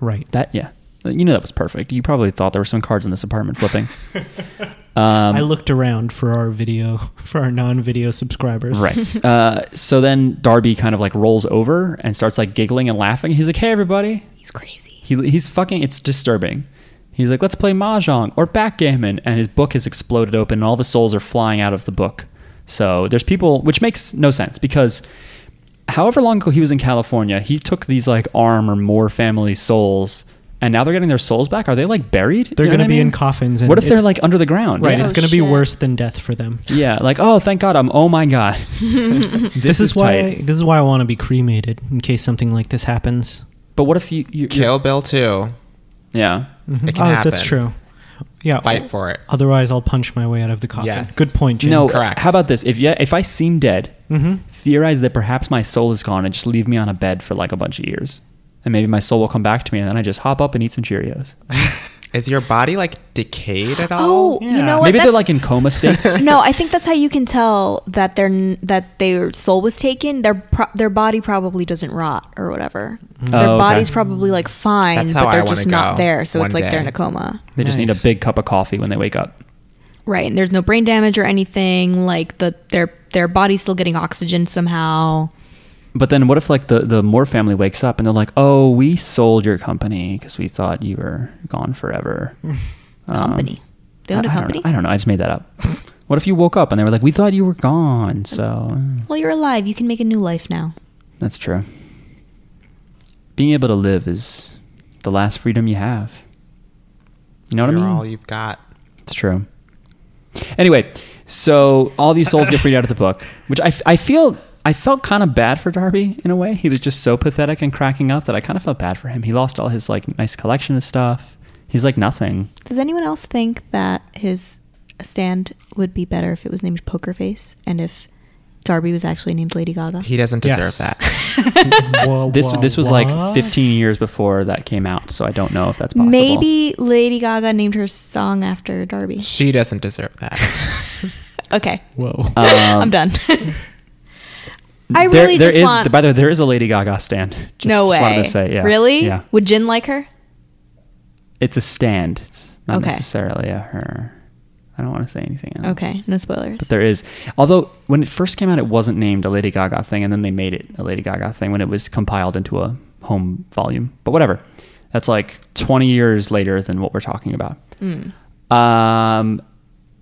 Speaker 4: Right.
Speaker 1: That, yeah. You know, that was perfect. You probably thought there were some cards in this apartment flipping. um,
Speaker 4: I looked around for our video, for our non-video subscribers.
Speaker 1: Right. uh, so then Darby kind of like rolls over and starts like giggling and laughing. He's like, hey, everybody.
Speaker 2: He's crazy.
Speaker 1: He, he's fucking, it's disturbing. He's like, let's play Mahjong or backgammon. And his book has exploded open and all the souls are flying out of the book. So there's people, which makes no sense because however long ago he was in California, he took these like arm or more family souls and now they're getting their souls back. Are they like buried?
Speaker 4: They're
Speaker 1: You know
Speaker 4: gonna
Speaker 1: what I
Speaker 4: be in
Speaker 1: mean?
Speaker 4: coffins and
Speaker 1: What if they're
Speaker 4: it's-
Speaker 1: like under the ground?
Speaker 4: Right.
Speaker 1: Yeah.
Speaker 4: it's
Speaker 2: Oh,
Speaker 4: going to be
Speaker 2: shit.
Speaker 4: worse than death for them.
Speaker 1: Yeah, like oh, thank God, I'm. Oh my God, this,
Speaker 4: This, is, why.
Speaker 1: tight.
Speaker 4: This is why I want to be cremated in case something like this happens.
Speaker 1: But what if you, you you-
Speaker 3: Kill Bill too.
Speaker 1: Yeah,
Speaker 4: Mhm.
Speaker 3: It can
Speaker 4: oh,
Speaker 3: happen.
Speaker 4: that's true. Yeah.
Speaker 3: Fight for it.
Speaker 4: Otherwise, I'll punch my way out of the coffin.
Speaker 3: Yes.
Speaker 4: Good point, Jim.
Speaker 1: no. uh,
Speaker 3: correct.
Speaker 1: How about this? If yeah, if I seem dead,
Speaker 4: hmm
Speaker 1: theorize that perhaps my soul is gone and just leave me on a bed for like a bunch of years. And maybe my soul will come back to me and then I just hop up and eat some Cheerios.
Speaker 3: Is your body like decayed at all?
Speaker 2: Oh, you know what?
Speaker 1: Maybe they're
Speaker 2: That's-
Speaker 1: like in coma states.
Speaker 2: no, I think that's how you can tell that their that their soul was taken. Their pro- their body probably doesn't rot or whatever. their
Speaker 1: Mm. Oh, okay.
Speaker 2: body's probably like fine,
Speaker 3: That's how
Speaker 2: but
Speaker 3: I
Speaker 2: they're
Speaker 3: wanna
Speaker 2: just not
Speaker 3: go
Speaker 2: there. So
Speaker 3: one
Speaker 2: it's like
Speaker 3: day.
Speaker 2: they're in a coma,
Speaker 1: they just need a
Speaker 4: Nice.
Speaker 1: big cup of coffee when they wake up.
Speaker 2: right? And there's no brain damage or anything. Like the their their body's still getting oxygen somehow.
Speaker 1: But then what if like the, the Moore family wakes up and they're like, oh, we sold your company because we thought you were gone forever. Um,
Speaker 2: Company. They owned
Speaker 1: I-
Speaker 2: a
Speaker 1: I don't
Speaker 2: company?
Speaker 1: know. I don't know. I just made that up. what if you woke up and they were like, we thought you were gone? So
Speaker 2: Well, you're alive. You can make a new life now.
Speaker 1: that's true. Being able to live is the last freedom you have. You know what
Speaker 3: You're
Speaker 1: I mean?
Speaker 3: all you've got.
Speaker 1: It's true. Anyway, so all these souls get freed out of the book, which I, I feel I felt kind of bad for Darby in a way. He was just so pathetic and cracking up that I kind of felt bad for him. He lost all his like nice collection of stuff. He's like nothing.
Speaker 2: Does anyone else think that his stand would be better if it was named Poker Face and if Darby was actually named Lady Gaga?
Speaker 3: He doesn't deserve
Speaker 4: Yes.
Speaker 3: that.
Speaker 4: Whoa,
Speaker 1: This
Speaker 4: whoa,
Speaker 1: this was
Speaker 4: what?
Speaker 1: like 15 years before that came out, so I don't know if that's possible.
Speaker 2: Maybe Lady Gaga named her song after Darby.
Speaker 3: She doesn't deserve that.
Speaker 2: Okay.
Speaker 4: Whoa.
Speaker 1: Um,
Speaker 2: I'm done. I
Speaker 1: There-
Speaker 2: really
Speaker 1: there
Speaker 2: just
Speaker 1: is-
Speaker 2: want
Speaker 1: by the way, there is a Lady Gaga stand. Just,
Speaker 2: no way.
Speaker 1: Just wanted to say, yeah,
Speaker 2: Really?
Speaker 1: yeah.
Speaker 2: Would Jin like her?
Speaker 1: It's a stand. It's not
Speaker 2: Okay.
Speaker 1: necessarily a her. I don't want to say anything else.
Speaker 2: Okay, no spoilers.
Speaker 1: But there is. Although when it first came out, it wasn't named a Lady Gaga thing, and then they made it a Lady Gaga thing when it was compiled into a home volume. But whatever. That's like 20 years later than what we're talking about. Um,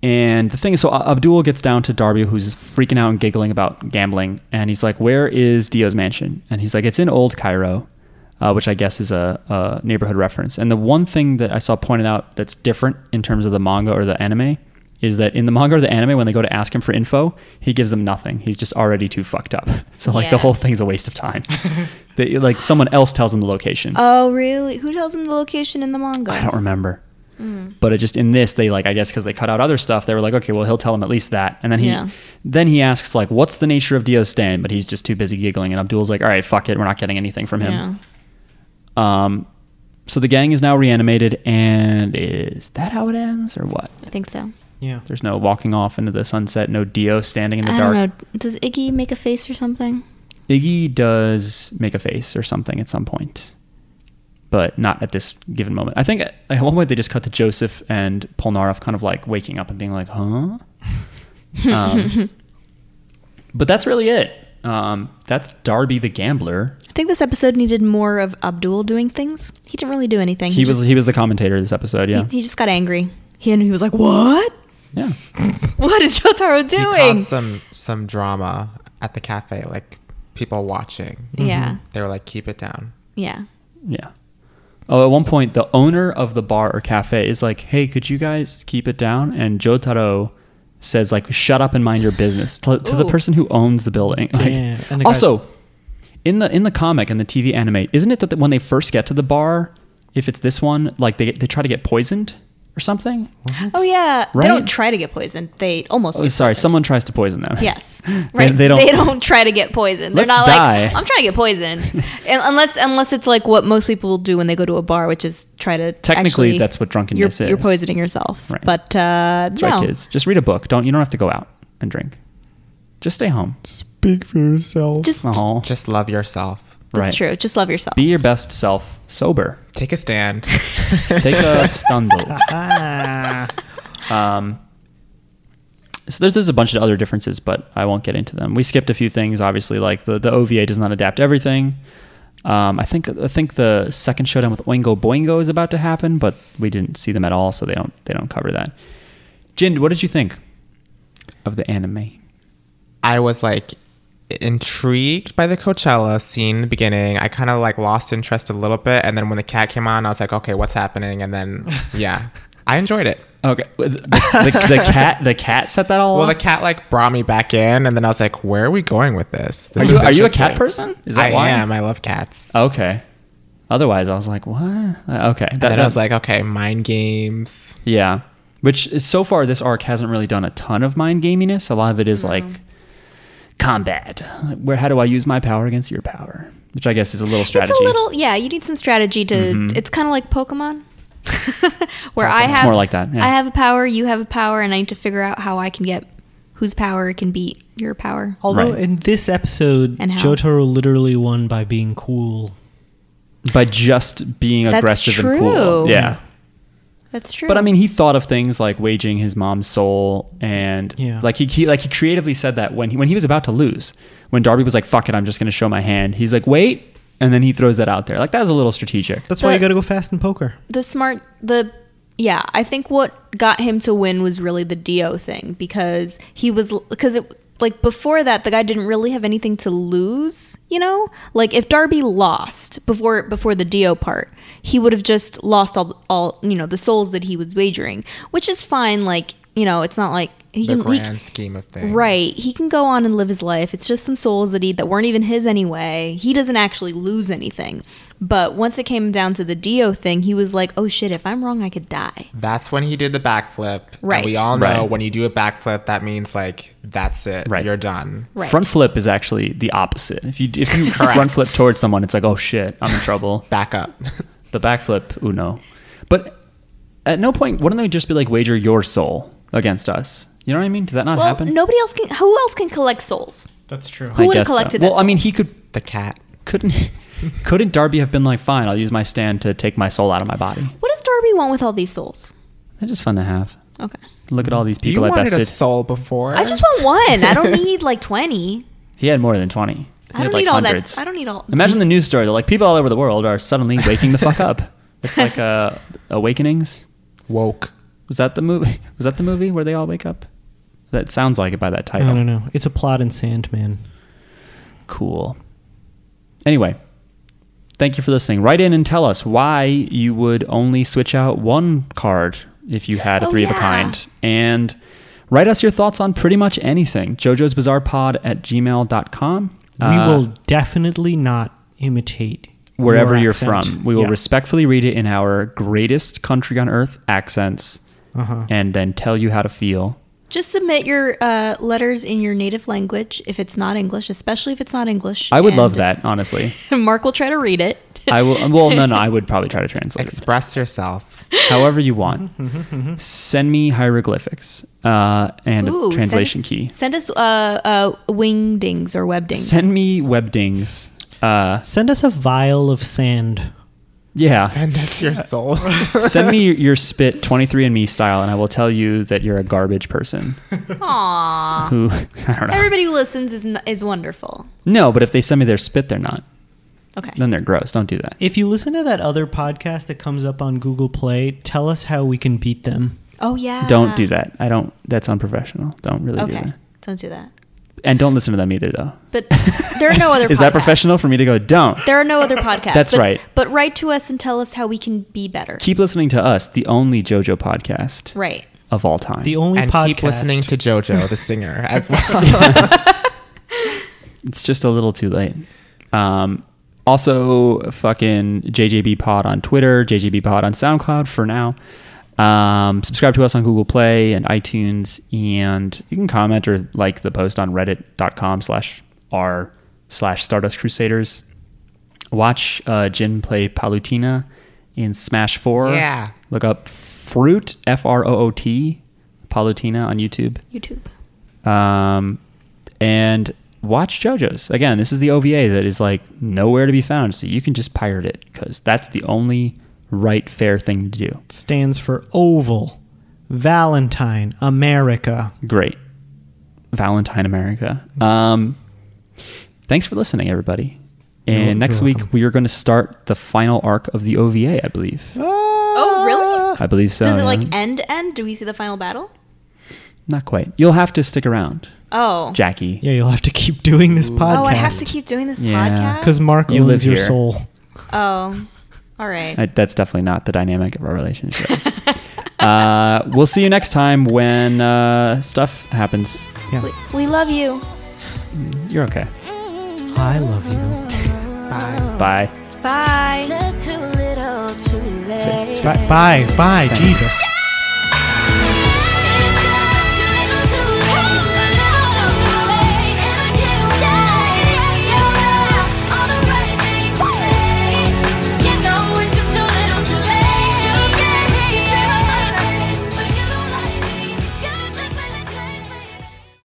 Speaker 1: and the thing is, so A- Abdul gets down to Darby, who's freaking out and giggling about gambling, and he's like, "Where is Dio's mansion?" And he's like, "It's in Old Cairo." Uh, which I guess is a, a neighborhood reference. And the one thing that I saw pointed out that's different in terms of the manga or the anime is that in the manga or the anime, when they go to ask him for info, he gives them nothing. He's just already too fucked up. So like the
Speaker 2: Yeah.
Speaker 1: whole thing's a waste of time. they, like someone else tells them the location.
Speaker 2: oh, really? Who tells him the location in the manga?
Speaker 1: I don't remember.
Speaker 2: Mm.
Speaker 1: But it just in this, they like I guess because they cut out other stuff, they were like, okay, well he'll tell him at least that, and then he,
Speaker 2: Yeah.
Speaker 1: then he asks like, what's the nature of Dio's stand? But he's just too busy giggling, and Abdul's like, all right, fuck it, we're not getting anything from him.
Speaker 2: Yeah.
Speaker 1: Um, so the gang is now reanimated, and is that how it ends or what?
Speaker 2: I think so.
Speaker 4: yeah.
Speaker 1: There's no walking off into the sunset, no Dio standing in the
Speaker 2: I
Speaker 1: dark.
Speaker 2: don't know. Does Iggy make a face or something?
Speaker 1: Iggy does make a face or something at some point, but not at this given moment. I think at at one point they just cut to Joseph and Polnareff kind of like waking up and being like, huh? um, but that's really it. Um, that's Darby the Gambler.
Speaker 2: I think this episode needed more of Abdul doing things. He didn't really do anything.
Speaker 1: He was
Speaker 2: just,
Speaker 1: he was the commentator this episode. Yeah,
Speaker 2: he, he just got angry. He and he was like, "What?
Speaker 1: yeah.
Speaker 2: What is Jotaro
Speaker 3: He
Speaker 2: doing?"
Speaker 3: caused some some drama at the cafe, like people watching.
Speaker 2: Yeah.
Speaker 3: They were like, keep it down.
Speaker 1: Mm-hmm.
Speaker 2: Yeah.
Speaker 1: Yeah. Oh, at one point, the owner of the bar or cafe is like, "Hey, could you guys keep it down?" And Jotaro says, "Like, shut up and mind your business." To, to the
Speaker 2: Ooh.
Speaker 1: person who owns the building. Like-
Speaker 4: Damn. And the guy-
Speaker 1: also, in the in the comic and the TV anime, isn't it that the, when they first get to the bar, if it's this one, like they they try to get poisoned or something?
Speaker 2: Oh yeah.
Speaker 1: Right?
Speaker 2: They don't try to get poisoned. They almost.
Speaker 1: Oh,
Speaker 2: get
Speaker 1: sorry,
Speaker 2: poisoned.
Speaker 1: someone tries to poison them.
Speaker 2: Yes. Right.
Speaker 1: they
Speaker 2: They,
Speaker 1: don't-
Speaker 2: don't, try to get poisoned. They're
Speaker 1: Let's
Speaker 2: not
Speaker 1: die.
Speaker 2: like I'm trying to get poisoned. and unless unless it's like what most people do when they go to a bar, which is try to
Speaker 1: Technically,
Speaker 2: actually-
Speaker 1: that's what
Speaker 2: you're,
Speaker 1: drunkenness is.
Speaker 2: You're poisoning yourself.
Speaker 1: Right.
Speaker 2: But uh
Speaker 1: That's
Speaker 2: no.
Speaker 1: right, kids. Just read a book. Don't you don't have to go out and drink. Just stay home.
Speaker 4: Speak for yourself.
Speaker 2: Just
Speaker 1: Oh,
Speaker 3: Just love yourself.
Speaker 2: that's
Speaker 1: right.
Speaker 2: true. Just love yourself.
Speaker 1: Be your best self, sober.
Speaker 3: Take a stand.
Speaker 1: Take a stundle.
Speaker 4: Ah.
Speaker 1: Um, so there's, there's a bunch of other differences, but I won't get into them. We skipped a few things, obviously, like the, the OVA does not adapt everything. Um, I think I think the second showdown with Oingo Boingo is about to happen, but we didn't see them at all, so they don't they don't cover that. Jin, what did you think of the anime?
Speaker 3: I was like intrigued by the Coachella scene in the beginning. I kind of like lost interest a little bit, and then when the cat came on, I was like, okay, what's happening? And then yeah, I enjoyed it.
Speaker 1: Okay, the, the, the cat the cat set that all
Speaker 3: Well, the
Speaker 1: up.
Speaker 3: cat like brought me back in, and then I was like, where are we going with this? This
Speaker 1: Are you
Speaker 3: is
Speaker 1: are you a cat
Speaker 3: interesting.
Speaker 1: person? Is that
Speaker 3: I
Speaker 1: why?
Speaker 3: am. I love cats.
Speaker 1: Okay. Otherwise, I was like, what? Uh, Okay, that,
Speaker 3: and then I was
Speaker 1: that-
Speaker 3: like, okay, mind games.
Speaker 1: Yeah. Which is- so far this arc hasn't really done a ton of mind gaminess. A lot of it is like combat. Where how do I use my power against your power? Which I guess is a little strategy.
Speaker 2: It's a little yeah, you need some strategy to it's kinda like Pokemon. Where I
Speaker 1: It's
Speaker 2: have
Speaker 1: more like that, yeah.
Speaker 2: I have a power, you have a power, and I need to figure out how I can get whose power can beat your power.
Speaker 4: Although
Speaker 1: Right.
Speaker 4: in this episode,
Speaker 2: And how?
Speaker 4: Jotaro literally won by being cool.
Speaker 1: by just being
Speaker 2: That's
Speaker 1: aggressive and cool.
Speaker 2: true.
Speaker 1: Yeah.
Speaker 2: That's true.
Speaker 1: But I mean, he thought of things like waging his mom's soul, and
Speaker 4: Yeah.
Speaker 1: like he, he like he creatively said that when he when he was about to lose, when Darby was like, "Fuck it, I'm just going to show my hand." He's like, "Wait," and then he throws that out there. Like that was a little strategic.
Speaker 4: That's why
Speaker 2: The-
Speaker 4: you got to go fast in poker.
Speaker 2: the smart the yeah i think what got him to win was really the dio thing because he was because it like before that the guy didn't really have anything to lose you know like if darby lost before before the dio part he would have just lost all all you know the souls that he was wagering which is fine like you know it's not like he
Speaker 3: the
Speaker 1: Mm,
Speaker 2: can he,
Speaker 3: grand scheme of things.
Speaker 2: Right. He can go on and live his life. It's just some souls that he that weren't even his anyway. He doesn't actually lose anything. But once it came down to the Dio thing, he was like, "Oh shit, if I'm wrong, I could die."
Speaker 3: That's when he did the backflip.
Speaker 2: Right.
Speaker 3: And we all know
Speaker 1: Right.
Speaker 3: when you do a backflip, that means like that's it.
Speaker 1: Right.
Speaker 3: You're done.
Speaker 2: Right.
Speaker 1: Front flip is actually the opposite. If you if you front flip towards someone, it's like, "Oh shit, I'm in trouble."
Speaker 3: Back up.
Speaker 1: the backflip uno. But at no point wouldn't they just be like, "Wager your soul against us." You know what I mean? Did that not
Speaker 2: well,
Speaker 1: happen?
Speaker 2: nobody else can. Who else can collect souls?
Speaker 4: That's true.
Speaker 2: who would've collected that
Speaker 1: Well, I mean, he could
Speaker 3: the cat.
Speaker 1: couldn't couldn't Darby have been like, fine, I'll use my stand to take my soul out of my body?
Speaker 2: What does Darby want with all these souls?
Speaker 1: They're just fun to have.
Speaker 2: Okay.
Speaker 1: Look at all these
Speaker 3: You
Speaker 1: people I
Speaker 3: wanted
Speaker 1: bested.
Speaker 3: a soul before.
Speaker 2: I just want one. I don't need like twenty.
Speaker 1: he had more than twenty. He
Speaker 2: I don't
Speaker 1: had like
Speaker 2: need all
Speaker 1: hundreds.
Speaker 2: that. I don't need all.
Speaker 1: Imagine the news story. They're like, people all over the world are suddenly waking the fuck up. It's like uh, Awakenings.
Speaker 3: woke.
Speaker 1: Was that the movie? Was that the movie where they all wake up? That sounds like it by that
Speaker 4: I
Speaker 1: title.
Speaker 4: don't know. It's a plot in Sandman.
Speaker 1: Cool. Anyway, thank you for listening. Write in and tell us why you would only switch out one card if you had a
Speaker 2: Oh,
Speaker 1: three of a
Speaker 2: yeah.
Speaker 1: kind. And write us your thoughts on pretty much anything. Jojo's Bizarre Pod at gmail.com. Uh,
Speaker 4: we will definitely not imitate
Speaker 1: wherever
Speaker 4: your
Speaker 1: you're
Speaker 4: accent.
Speaker 1: from. We will
Speaker 4: Yeah.
Speaker 1: respectfully read it in our greatest country on earth accents
Speaker 4: Uh-huh.
Speaker 1: and then tell you how to feel.
Speaker 2: Just submit your uh, letters in your native language if it's not English, especially if it's not English.
Speaker 1: I would
Speaker 2: and
Speaker 1: love that, honestly.
Speaker 2: Mark will try to read it.
Speaker 1: I will well no no, I would probably try to translate. it.
Speaker 3: Express yourself.
Speaker 1: however you want. send me hieroglyphics uh, and
Speaker 2: Ooh,
Speaker 1: a translation
Speaker 2: send us,
Speaker 1: key.
Speaker 2: Send us uh, uh, wingdings or webdings.
Speaker 1: Send me webdings. Uh,
Speaker 4: Send us a vial of sand.
Speaker 1: yeah.
Speaker 3: Send us your soul.
Speaker 1: send me your, your spit 23andMe style, and I will tell you that you're a garbage person.
Speaker 2: Aww.
Speaker 1: Who I don't know.
Speaker 2: Everybody who listens is n- is wonderful.
Speaker 1: no, but if they send me their spit, they're not.
Speaker 2: Okay.
Speaker 1: Then they're gross. Don't do that.
Speaker 4: If you listen to that other podcast that comes up on Google Play, tell us how we can beat them.
Speaker 2: Oh yeah.
Speaker 1: Don't do that. I don't. That's unprofessional. Don't really do
Speaker 2: Okay.
Speaker 1: that.
Speaker 2: Don't do that.
Speaker 1: And don't listen to them either, though.
Speaker 2: But there are no other.
Speaker 1: Is that
Speaker 2: podcasts.
Speaker 1: professional for me to go? Don't.
Speaker 2: There are no other podcasts.
Speaker 1: That's
Speaker 2: but-
Speaker 1: right.
Speaker 2: But write to us and tell us how we can be better.
Speaker 1: Keep listening to us, the only JoJo podcast
Speaker 2: right.
Speaker 1: of all time.
Speaker 4: The only
Speaker 3: and
Speaker 4: podcast.
Speaker 3: keep listening to JoJo, the singer, as well.
Speaker 1: It's just a little too late. Um, also, fucking JJB Pod on Twitter, JJB Pod on SoundCloud for now. Um, subscribe to us on Google Play and iTunes, and you can comment or like the post on reddit.com slash r slash Stardust Crusaders. Watch uh, Jin play Palutina in Smash 4.
Speaker 3: Yeah.
Speaker 1: Look up Fruit, F R O O T, Palutina on YouTube
Speaker 2: YouTube.
Speaker 1: um, and watch JoJo's. Again, this is the OVA that is like nowhere to be found, so you can just pirate it because that's the only right fair thing to do.
Speaker 4: stands for Oval, Valentine, America.
Speaker 1: Great, Valentine America. Um, thanks for listening, everybody. And
Speaker 4: You're-
Speaker 1: next
Speaker 4: you're
Speaker 1: week
Speaker 4: welcome.
Speaker 1: we are going to start the final arc of the OVA, I believe.
Speaker 4: Ah.
Speaker 2: Oh really?
Speaker 1: I believe so.
Speaker 2: Does it
Speaker 1: yeah.
Speaker 2: like end? End? Do we see the final battle?
Speaker 1: Not quite. You'll have to stick around,
Speaker 2: Oh.
Speaker 1: Jackie.
Speaker 4: Yeah, you'll have to keep doing this podcast.
Speaker 2: Oh, I have to keep doing this
Speaker 1: Yeah.
Speaker 2: podcast.
Speaker 4: Because Mark
Speaker 1: You live
Speaker 4: owns your
Speaker 1: here.
Speaker 4: soul.
Speaker 2: Oh. All right.
Speaker 1: I, that's definitely not the dynamic of our relationship. uh, we'll see you next time when uh, stuff happens.
Speaker 4: Yeah.
Speaker 2: we, we love you.
Speaker 1: You're okay.
Speaker 4: I love you.
Speaker 1: Bye.
Speaker 2: Bye.
Speaker 5: Just too little, too late.
Speaker 4: Bye, bye, bye Jesus.